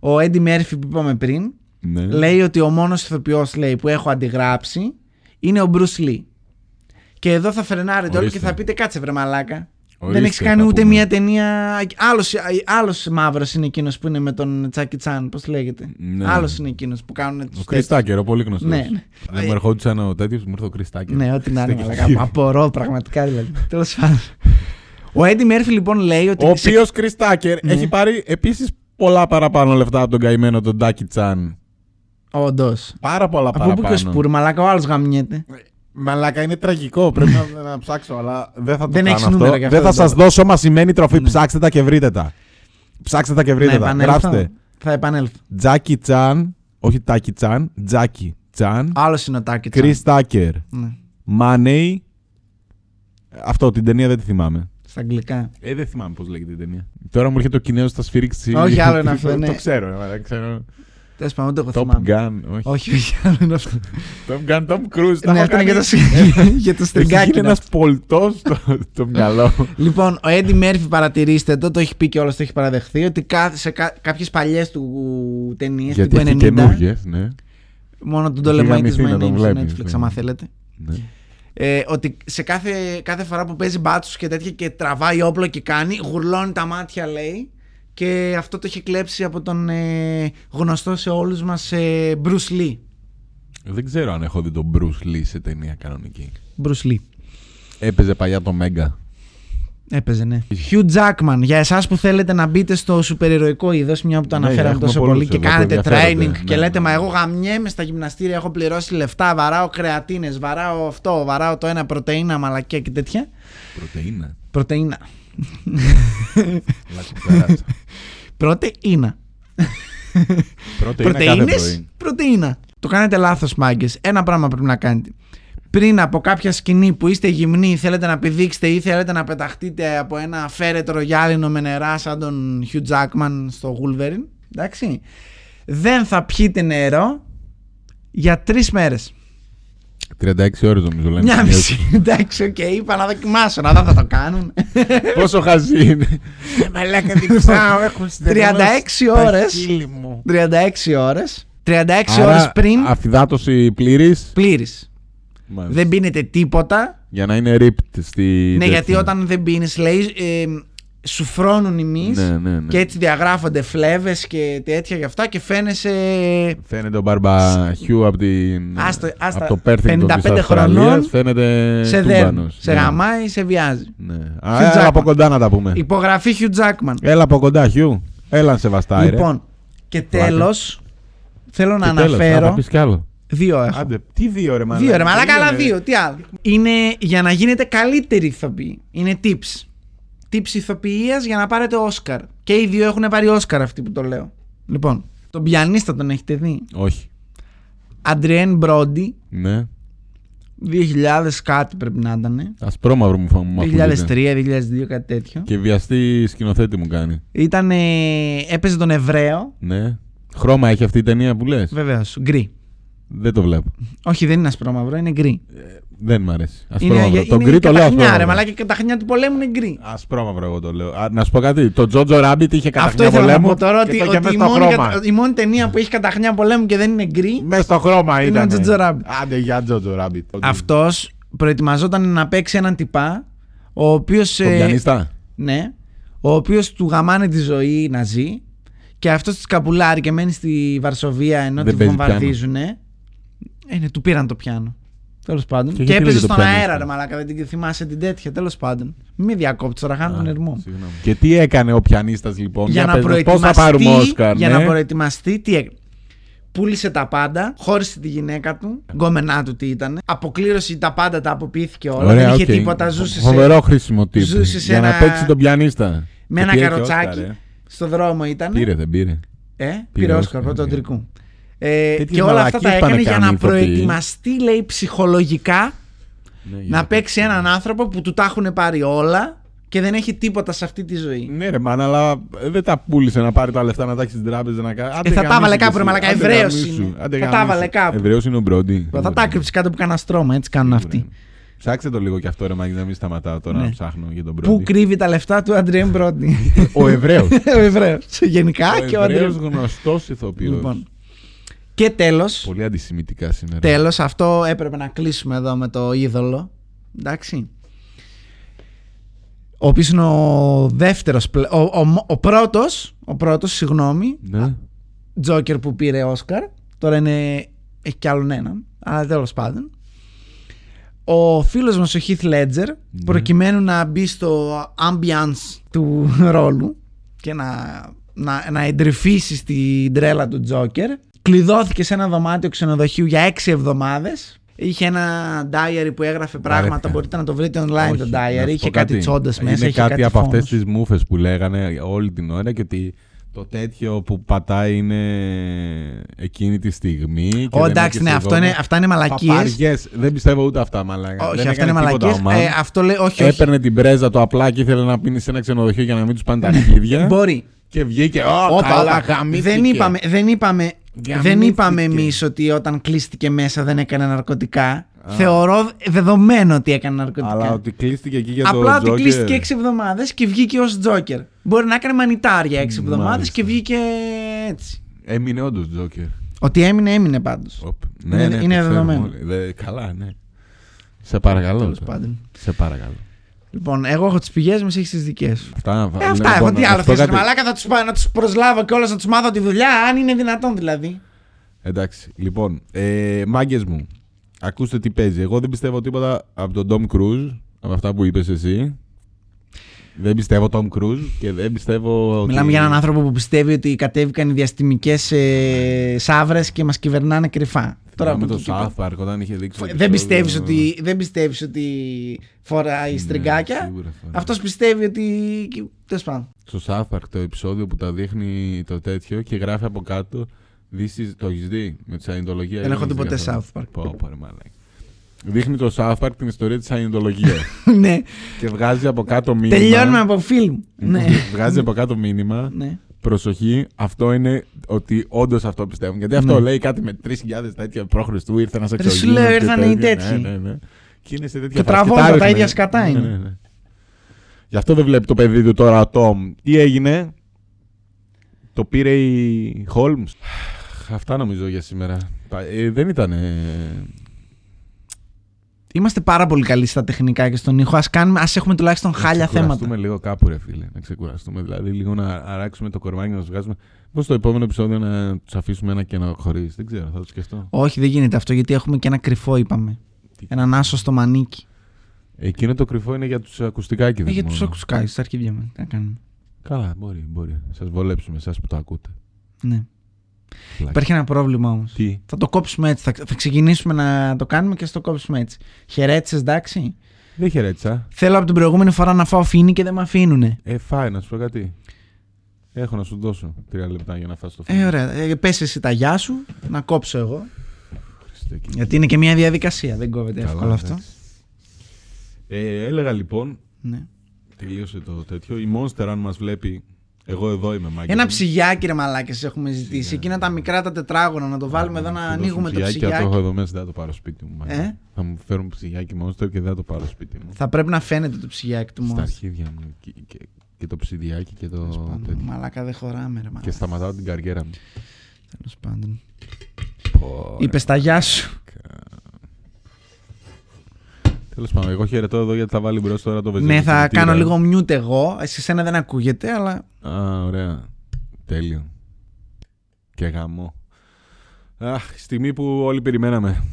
S2: ο Έντι Μέρφυ που είπαμε πριν,
S1: Ναι.
S2: λέει ότι ο μόνος ηθοποιός λέει, που έχω αντιγράψει είναι ο Bruce Lee. Και εδώ θα φρενάρετε όλοι και
S1: Ορίστε.
S2: θα πείτε κάτσε βρε μαλάκα.
S1: Ορίστε,
S2: δεν έχει
S1: θα
S2: κάνει ούτε
S1: πούμε.
S2: μία ταινία. Άλλος, άλλος μαύρος είναι εκείνος που είναι με τον Τσάκι Τσάν, πώς λέγεται.
S1: Ναι.
S2: Άλλος είναι εκείνος που κάνουν τους
S1: Ο
S2: τέτοιους.
S1: Κριστάκερο, πολύ γνωστός.
S2: Ναι, ναι.
S1: Δεν μου ερχόντουσαν ο τέτοιος, μου ήρθε ο Κριστάκερο.
S2: Ναι, ό,τι να είναι.
S1: Τέτοιο.
S2: μαλάκα. Απορώ πραγματικά δηλαδή. Τέλος πάντων. Ο Έντι Μέρφυ λοιπόν λέει ότι.
S1: Ο
S2: σε-
S1: οποίος Κριστάκερ
S2: Ναι.
S1: έχει πάρει επίσης πολλά παραπάνω λεφτά από τον καημένο τον Τάκι Τσάν.
S2: Όντως.
S1: Πάρα πολλά
S2: Από πού και
S1: παραπάνω.
S2: σπουρ, μαλάκα, ο άλλος γαμνιέται.
S1: Μαλάκα, είναι τραγικό. Πρέπει να, να ψάξω, αλλά δεν θα το
S2: Δεν
S1: κάνω
S2: έχεις
S1: αυτό.
S2: νούμερα για
S1: δεν
S2: αυτό,
S1: θα σας
S2: δεν το- Ναι.
S1: δώσω μασημένη τροφή. Ψάξτε τα και βρείτε τα. Ψάξτε τα και βρείτε τα.
S2: επανέλθω.
S1: Γράψτε.
S2: Θα επανέλθω.
S1: Τζάκι Τσάν. Όχι Τάκι Τσάν. Τζάκι Τσάν.
S2: Άλλος είναι ο Τάκη Τσάν.
S1: Κρι Τάκερ.
S2: Ναι,
S1: Μάνεϊ. Αυτό, την ταινία δεν τη θυμάμαι.
S2: στα αγγλικά.
S1: Ε, δεν θυμάμαι πώς λέγεται η ταινία. Τώρα μου έρχεται ο Κινέζος στα σφυρίξει.
S2: Όχι, άλλο είναι αυτό, ναι.
S1: Το ξέρω. ε, μαλάκα, ξέρω.
S2: Τέλος πάντων, δεν το έχω
S1: Top
S2: θυμάμαι.
S1: Gun. Όχι.
S2: Όχι, όχι, άλλο είναι αυτό. Ε,
S1: Top Gun, Tom Cruise. τα
S2: ναι,
S1: έχω
S2: αυτό είναι
S1: κάνει.
S2: για το, ναι. για το
S1: Έχει γίνει
S2: στριγκάκι.
S1: ένα πολτό στο, στο μυαλό.
S2: Λοιπόν, ο Eddie Murphy παρατηρήστε το, το έχει πει και όλος το έχει παραδεχθεί, ότι κα- σε κα, κάποιες παλιές του ταινίες
S1: Γιατί
S2: τύπου
S1: έχει
S2: 90.
S1: καινούργιες, ναι.
S2: Μόνο τον
S1: Έχει
S2: Tolemite is
S1: γαμηθεί να
S2: my
S1: τον
S2: name στο
S1: βλέπεις,
S2: Netflix,
S1: ναι.
S2: άμα θέλετε.
S1: ναι.
S2: Ε, ότι σε κάθε, κάθε φορά που παίζει μπάτσους και τέτοια και τραβάει όπλο και κάνει, γουρλώνει τα μάτια, λέει. Και αυτό το έχει κλέψει από τον ε, γνωστό σε όλους μας ε, Bruce Lee.
S1: Δεν ξέρω αν έχω δει τον Bruce Lee σε ταινία κανονική.
S2: Bruce Lee.
S1: Έπαιζε παλιά το Μέγκα.
S2: Έπαιζε, ναι. Hugh Jackman, για εσάς που θέλετε να μπείτε στο σουπερηρωικό είδος, μια που το
S1: Ναι,
S2: αναφέραμε
S1: έχουμε
S2: τόσο
S1: πολλούς
S2: πολύ και
S1: εδώ που
S2: κάνετε training
S1: ενδιαφέρονται.
S2: και
S1: Ναι,
S2: λέτε,
S1: ναι.
S2: Μα εγώ γαμιέμαι στα γυμναστήρια, έχω πληρώσει λεφτά, βαράω κρεατίνες, βαράω αυτό, βαράω το ένα πρωτεΐνα, μαλακία και τέτοια.
S1: Πρωτεΐνα.
S2: Πρωτεΐνα.
S1: Λάθος, περάσα.
S2: Πρωτεΐνα.
S1: Πρωτεΐνα κάθε
S2: Πρωτενε.
S1: πρωί.
S2: Πρωτεΐνα. Το κάνετε λάθος, μάγκες. Ένα πράγμα πρέπει να κάνετε. Πριν από κάποια σκηνή που είστε γυμνοί, θέλετε να πηδήξετε ή θέλετε να πεταχτείτε από ένα φέρετρο γυάλινο με νερά σαν τον Hugh Jackman στο Wolverine. Εντάξει. Δεν θα πιείτε νερό για τρεις μέρες.
S1: 36 ώρες νομίζω λένε.
S2: Μια μισή. Εντάξει, οκ, είπα να δοκιμάσω, να δω αν θα το κάνουν.
S1: Πόσο χαζί είναι. Μαλάκα δεν ξέρω, έχω
S2: 36 ώρες. 36 ώρε. 36 ώρες πριν
S1: Αφιδάτωση πλήρης.
S2: πλήρης. Δεν πίνετε τίποτα.
S1: Για να είναι ripped στη.
S2: Ναι, γιατί
S1: τέτοια.
S2: όταν δεν πίνεις, λέει, ε, σου φρώνουν οι μυς
S1: Ναι, ναι, ναι.
S2: και έτσι διαγράφονται φλέβες και τέτοια και αυτά και φαίνεσαι.
S1: Φαίνεται ο Μπάρμπα Χιού από, την...
S2: Άστο- άστα,
S1: από το Πέρθινγκτον
S2: 55
S1: της Αυστραλίας.
S2: χρονών,
S1: Φαίνεται
S2: σε δέρνει.
S1: Ε, τούμπανος.
S2: Σε
S1: Ναι.
S2: γαμάει, σε βιάζει.
S1: Ναι. Α, έλα
S2: Jackman.
S1: από κοντά να τα πούμε.
S2: Λοιπόν. Υπογραφή Hugh Jackman.
S1: Έλα από κοντά, Χιού. Έλα να σε βαστάει. Ε, ρε.
S2: λοιπόν, και
S1: Πλάκα.
S2: τέλος. Θέλω να
S1: Και τέλος,
S2: αναφέρω.
S1: θα πεις κι άλλο.
S2: Δύο έχω.
S1: Άντε, τι δύο ρε μαλάκα. ναι.
S2: Δύο ρε, μαλάκα, αλλά
S1: ρε.
S2: δύο. Τι άλλο. Είναι για να γίνετε καλύτεροι ηθοποιοί. Είναι tips. Tips ηθοποιία για να πάρετε Όσκαρ. Και οι δύο έχουν πάρει Όσκαρ αυτοί που το λέω. Λοιπόν, τον πιανίστα τον έχετε δει.
S1: Όχι.
S2: Αντριέν Μπρόντι,
S1: Ναι.
S2: 2000 κάτι πρέπει να ήταν.
S1: Ασπρόμαυρο μου φάμε.
S2: 2003-2002, κάτι τέτοιο.
S1: Και βιαστή σκηνοθέτη μου κάνει.
S2: Ήταν, έπαιζε τον Εβραίο.
S1: Ναι. Χρώμα έχει αυτή η ταινία που λες.
S2: Βεβαίως, γκρι.
S1: Δεν το βλέπω.
S2: Όχι, δεν είναι ασπρόμαυρο, είναι γκρι.
S1: Δεν μ' αρέσει.
S2: Είναι,
S1: Ασπρόμαυρο.
S2: είναι
S1: Τον γκρι το λέω
S2: καταχνιά, ρε,
S1: ασπρόμαυρο.
S2: μαλάκα, η καταχνιά του πολέμου είναι γκρι.
S1: Ασπρόμαυρο εγώ το λέω. Α, να σου πω κάτι. Το Τζότζο Ράμπιτ είχε
S2: Αυτό
S1: καταχνιά
S2: ήθελα να
S1: πολέμου.
S2: πω τώρα
S1: και
S2: ότι,
S1: το είχε
S2: ότι
S1: μες
S2: η,
S1: στο
S2: μόνη,
S1: χρώμα.
S2: κατα- η μόνη ταινία που έχει καταχνιά πολέμου και δεν είναι γκρι.
S1: Μες στο χρώμα
S2: Είναι
S1: ήταν.
S2: ο Τζότζο Ράμπιτ.
S1: Άντε για Τζότζο Ράμπιτ.
S2: Αυτός προετοιμαζόταν να παίξει έναν τυπά, ο ε, οποίο.
S1: Το πιανίστα.
S2: Ναι, ο οποίος του γαμάνε τη ζωή να ζει και αυτός τη καπουλάρει και μένει στη Βαρσοβία ενώ
S1: Δεν
S2: τη
S1: παίζει
S2: βομβαρδίζουν. Ε, ναι, του πήραν το πιάνο. Τέλος πάντων.
S1: Και
S2: Και,
S1: γιατί
S2: έπαιζε
S1: λέγεται
S2: στον
S1: το πιάνο
S2: αέρα,
S1: αυτό?
S2: ρε Μαλάκα. Δεν την θυμάσαι την τέτοια. Τέλος πάντων. Μη διακόπτεις τώρα, χάνω τον ερμό. μου.
S1: Συγγνώμη. Και τι έκανε ο πιανίστας λοιπόν.
S2: για να
S1: πες μας,
S2: προετοιμαστεί.
S1: Πώς θα πάρουμε Όσκαρ.
S2: για
S1: ναι.
S2: να προετοιμαστεί, τι έκανε. Πούλησε τα πάντα, χώρισε τη γυναίκα του, γκόμενά του τι ήταν. Αποκλήρωσε τα πάντα, τα αποποιήθηκε όλα.
S1: Ωραία,
S2: δεν είχε
S1: οκ.
S2: τίποτα, ζούσε σε-
S1: Φοβερό χρήσιμο τύπο.
S2: ζούσε σε
S1: Για να
S2: ένα-
S1: παίξει τον πιανίστα.
S2: με
S1: Και
S2: ένα
S1: πήρε και
S2: καροτσάκι.
S1: Όσκαρ, ε.
S2: στο δρόμο ήταν.
S1: Πήρε, δεν πήρε.
S2: Ε, πήρε Όσκαρ,
S1: Όσκαρ,
S2: πρώτο
S1: ναι.
S2: αντρικού. Ε,
S1: Τέτοιες
S2: και όλα αυτά τα
S1: μαλακίες πάνε
S2: έκανε για
S1: κάνουν
S2: να
S1: οι ηθοποιοί.
S2: προετοιμαστεί, λέει, ψυχολογικά
S1: Ναι,
S2: να παίξει έναν άνθρωπο που του τα έχουν πάρει όλα και δεν έχει τίποτα σε αυτή τη ζωή.
S1: Ναι, ρε μάνα, αλλά δεν τα πούλησε να πάρει τα λεφτά να τα έχει στην τράπεζα να κάνει. Άντε,
S2: Ε, θα τα
S1: γαμίσου
S2: βάλε
S1: κι
S2: κάπου,
S1: εσύ.
S2: ρε μαλάκα,
S1: Άντε,
S2: Εβραίος
S1: γαμίσου.
S2: είναι.
S1: Άντε,
S2: Θα τα
S1: γαμίσου.
S2: βάλε κάπου.
S1: Εβραίος είναι ο Μπρόντι.
S2: Θα τα κρύψει κάτω από κανένα στρώμα, έτσι κάνουν αυτοί.
S1: Ψάξτε το λίγο κι αυτό, ρε Μάκη, να μην σταματάω τώρα
S2: Ναι.
S1: να ψάχνω για τον
S2: Πού
S1: Μπρόντι.
S2: κρύβει τα λεφτά του Αντριέμ Μπρόντι.
S1: Ο Εβραίος.
S2: ο Εβραίος. Γενικά και ο
S1: Ο Εβραίο
S2: Αντριέμ.
S1: γνωστός ηθοποιός.
S2: Λοιπόν. Και τέλος,
S1: Πολύ αντισημητικά σήμερα.
S2: τέλος, αυτό έπρεπε να κλείσουμε εδώ με το είδωλο. Εντάξει. Ο οποίος είναι ο δεύτερος. Ο, ο, ο πρώτος, ο πρώτος, συγγνώμη,
S1: Ναι.
S2: Τζόκερ που πήρε Όσκαρ. Τώρα είναι. έχει κι άλλον έναν. Αλλά τέλος πάντων. Ο φίλος μας ο Heath Ledger,
S1: Ναι.
S2: προκειμένου να μπει στο ambiance του ρόλου και να, να, να εντρυφήσει στην τρέλα του Τζόκερ, κλειδώθηκε σε ένα δωμάτιο ξενοδοχείου για έξι εβδομάδες Είχε ένα diary που έγραφε πράγματα.
S1: Βαρέθηκα.
S2: μπορείτε να το βρείτε online
S1: Όχι,
S2: το
S1: να σου
S2: diary.
S1: πω
S2: Είχε κάτι τσόντε μέσα.
S1: Είναι
S2: είχε
S1: κάτι, από
S2: φόνους.
S1: αυτέ τις μούφες που λέγανε όλη την ώρα και ότι το τέτοιο που πατάει είναι εκείνη τη στιγμή. και
S2: Ω,
S1: δεν
S2: εντάξει, ναι,
S1: έχεις
S2: αυτό
S1: εγώ-
S2: είναι, αυτά είναι μαλακίες.
S1: Παπαριές. Δεν πιστεύω ούτε αυτά, μαλάκα.
S2: Όχι,
S1: δεν
S2: αυτά είναι
S1: έκανε τίποτα
S2: μαλακίες.
S1: ο Μαν.
S2: αυτό λέει, όχι, όχι.
S1: Έπαιρνε την πρέζα του απλά και ήθελε να πίνει σε ένα ξενοδοχείο για να μην τους πάνε τα αρχίδια.
S2: Μπορεί.
S1: και βγήκε. Ω,
S2: Όπα,
S1: καλά,
S2: όπα.
S1: γαμήθηκε».
S2: δεν είπαμε, δεν είπαμε, δεν
S1: Γαμήθηκε.
S2: είπαμε εμείς ότι όταν κλείστηκε μέσα δεν έκανε ναρκωτικά. Θεωρώ δεδομένο ότι έκανε ναρκωτικά.
S1: Αλλά ότι κλείστηκε εκεί για το
S2: Απλά ότι
S1: Τζόκερ.
S2: κλείστηκε 6 εβδομάδες και βγήκε ως Τζόκερ. Μπορεί να έκανε μανιτάρια 6 εβδομάδε
S1: Μάλιστα.
S2: και βγήκε έτσι.
S1: Έμεινε όντως Τζόκερ.
S2: Ότι έμεινε, έμεινε πάντως.
S1: Οπ.
S2: Είναι-
S1: Ναι, ναι, το
S2: είναι
S1: ξέρουμε
S2: δεδομένο.
S1: όλοι. Δε- καλά, ναι. Σε παρακαλώ.
S2: Τέλος
S1: τώρα.
S2: πάντων.
S1: Σε παρακαλώ.
S2: Λοιπόν, εγώ έχω τις πηγές μου, εσύ έχεις τις δικές σου.
S1: Αυτά,
S2: Ε, αυτά,
S1: λοιπόν,
S2: έχω τι
S1: να
S2: άλλο
S1: σου πω
S2: θες, ρε
S1: κάτι.
S2: μαλάκα, θα τους, πάω να τους προσλάβω και όλες να τους μάθω τη δουλειά, αν είναι δυνατόν δηλαδή.
S1: Εντάξει, λοιπόν, ε, μάγκες μου, ακούστε τι παίζει. Εγώ δεν πιστεύω τίποτα από τον Ντόμ Κρούζ, από αυτά που είπες εσύ. Δεν πιστεύω Tom Cruise και δεν πιστεύω. ότι-
S2: Μιλάμε για έναν άνθρωπο που πιστεύει ότι κατέβηκαν οι διαστημικές ε, σαύρες και μας κυβερνάνε κρυφά.
S1: Τώρα με
S2: από
S1: Ναι. το
S2: εκεί πέρα.
S1: South Park όταν είχε δείξει. το
S2: Ε, Δεν
S1: επεισόδιο-
S2: πιστεύεις, ότι, δεν πιστεύεις ότι φοράει στριγκάκια.
S1: Ναι, σίγουρα φοράει.
S2: Αυτός πιστεύει ότι... Τέλος πάντων.
S1: Στο South Park το επεισόδιο που τα δείχνει το τέτοιο και γράφει από κάτω. This is... Το έχεις δει με τη Σαϊντολογία.
S2: Δεν έχω δει ποτέ South Park.
S1: Πω, πω, ρε μαλάκα. Δείχνει το South Park την ιστορία της Σαϊντολογία.
S2: ναι.
S1: και βγάζει από κάτω μήνυμα.
S2: Τελειώνουμε από φιλμ.
S1: Λοιπόν.
S2: ναι.
S1: Βγάζει από κάτω μήνυμα.
S2: ναι.
S1: Προσοχή, αυτό είναι ότι όντως αυτό πιστεύουν. Γιατί αυτό
S2: Ναι.
S1: λέει κάτι με 3.000 τέτοια π.Χ. ήρθαν να σε
S2: Ρε, σου λέω, ήρθανε οι τέτοιοι.
S1: Ναι, ναι, ναι. Και είναι σε τέτοια
S2: Και
S1: φάση.
S2: τραβώντα, τα
S1: ρίχνε.
S2: ίδια σκατά
S1: Ναι,
S2: είναι.
S1: ναι, ναι. Γι' αυτό δεν βλέπει το παιδί του τώρα ο Τόμ. Τι έγινε, το πήρε η Χόλμ. Αυτά νομίζω για σήμερα. Τα- ε, δεν ε, ήταν.
S2: Είμαστε πάρα πολύ καλοί στα τεχνικά και στον ήχο. Ας, κάνουμε, ας έχουμε τουλάχιστον χάλια
S1: Να
S2: θέματα.
S1: ξεκουραστούμε λίγο κάπου, ρε φίλε. Να ξεκουραστούμε. Δηλαδή, λίγο να αράξουμε το κορμάκι να του βγάζουμε. Πώς στο επόμενο επεισόδιο να τους αφήσουμε ένα και να χωρίς. Δεν ξέρω, θα το σκεφτώ.
S2: Όχι, δεν γίνεται αυτό γιατί έχουμε και ένα κρυφό, είπαμε.
S1: λοιπόν. Τι-
S2: Έναν άσο στο μανίκι.
S1: Εκείνο το κρυφό είναι για τους ακουστικάκιδες.
S2: Ε, για τους ακουσκάει, στα αρχίδια μας. Τι να κάνουμε.
S1: Καλά, μπορεί, μπορεί. Σας βολέψουμε εσά που το ακούτε.
S2: Ναι.
S1: Πλάκα.
S2: Υπάρχει ένα πρόβλημα όμως.
S1: Τι.
S2: Θα το κόψουμε έτσι. Θα, θα ξεκινήσουμε να το κάνουμε και θα το κόψουμε έτσι. Χαιρέτησες, εντάξει.
S1: Δεν χαιρέτησα.
S2: Θέλω από την προηγούμενη φορά να φάω φίνι και δεν με αφήνουνε.
S1: Ε, φάει να σου πω κάτι. Έχω να σου δώσω τρία λεπτά για να φας το φύλλο.
S2: Ε, ωραία. Ε, Πες εσύ τα γεια σου, να κόψω εγώ. Γιατί είναι και μια διαδικασία. Δεν κόβεται εύκολα αυτό.
S1: Ε, έλεγα λοιπόν,
S2: Ναι.
S1: τελείωσε το τέτοιο. Η Monster αν μας βλέπει, εγώ εδώ είμαι μάγκη.
S2: Ένα ψυγιάκι, ρε μαλάκες, έχουμε ζητήσει. Εκείνα τα μικρά τα τετράγωνα, να το βάλουμε εδώ να ανοίγουμε το
S1: Αν το έχω
S2: ψυγιάκι.
S1: εδώ μέσα, δεν θα το πάρω σπίτι μου. μάγκη.
S2: Ε?
S1: Θα μου φέρουν ψυγιάκι Monster και δεν θα το πάρω σπίτι μου.
S2: Θα πρέπει να φαίνεται το ψυγιάκι του
S1: Στα
S2: μόνος.
S1: αρχίδια μου και, και- και το ψιδιάκι και το
S2: Τέλος πάντων.
S1: τέτοιο.
S2: Μαλάκα δεν χωράμε, ρε
S1: Και
S2: μαλάκα.
S1: σταματάω την καριέρα μου.
S2: Τέλος πάντων.
S1: Πω,
S2: Είπες τα γεια σου.
S1: Τέλος πάντων, εγώ χαιρετώ εδώ γιατί θα βάλει μπρος τώρα το βεζίνο.
S2: Ναι, θα
S1: κινητήρα.
S2: κάνω λίγο mute εγώ. Εσύ σένα δεν ακούγεται, αλλά.
S1: Α, ωραία. Τέλειο. Και γαμό. Αχ, στιγμή που όλοι περιμέναμε.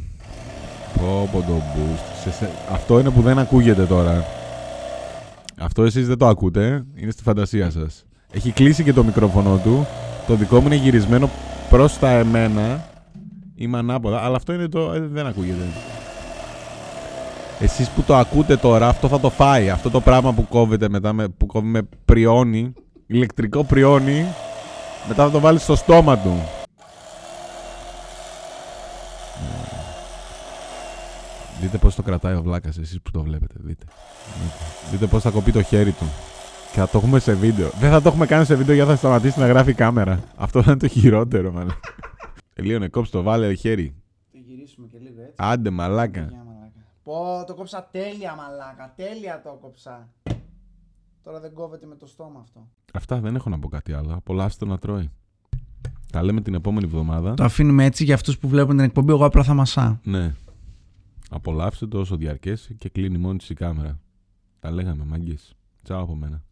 S1: Πω, πω, το boost. Σε- σε- Αυτό είναι που δεν ακούγεται τώρα. Αυτό εσείς δεν το ακούτε, ε. είναι στη φαντασία σας. Έχει κλείσει και το μικρόφωνο του. Το δικό μου είναι γυρισμένο προς τα εμένα. Είμαι ανάποδα, αλλά αυτό είναι το... ε, δεν ακούγεται. Εσείς που το ακούτε τώρα, αυτό θα το φάει. Αυτό το πράγμα που κόβεται μετά, με, που κόβει με πριόνι, ηλεκτρικό πριόνι, μετά θα το βάλεις στο στόμα του. Ε, Δείτε πώς το κρατάει ο Βλάκας, εσείς που το βλέπετε, δείτε. Δείτε. Δείτε πώς θα κοπεί το χέρι του. Και θα το έχουμε σε βίντεο. Δεν θα το έχουμε κάνει σε βίντεο γιατί θα σταματήσει να γράφει η κάμερα. Αυτό θα είναι το χειρότερο, μάλλον. Τελείωνε, κόψτε το, βάλε χέρι.
S2: Θα γυρίσουμε και λίγο έτσι.
S1: Άντε, μαλάκα.
S2: Ναι. Πω, το κόψα τέλεια, μαλάκα. Τέλεια το κόψα. Τώρα δεν κόβεται με το στόμα αυτό.
S1: Αυτά δεν έχω να πω κάτι άλλο. Απολαύστε να τρώει. Τα λέμε την επόμενη εβδομάδα.
S2: Το αφήνουμε έτσι για αυτούς που βλέπουν την εκπομπή. Εγώ απλά θα μασάω.
S1: Ναι. Απολαύστε το όσο διαρκέσει και κλείνει μόνη της η κάμερα. Τα λέγαμε, μαγκές. Τσάω από μένα.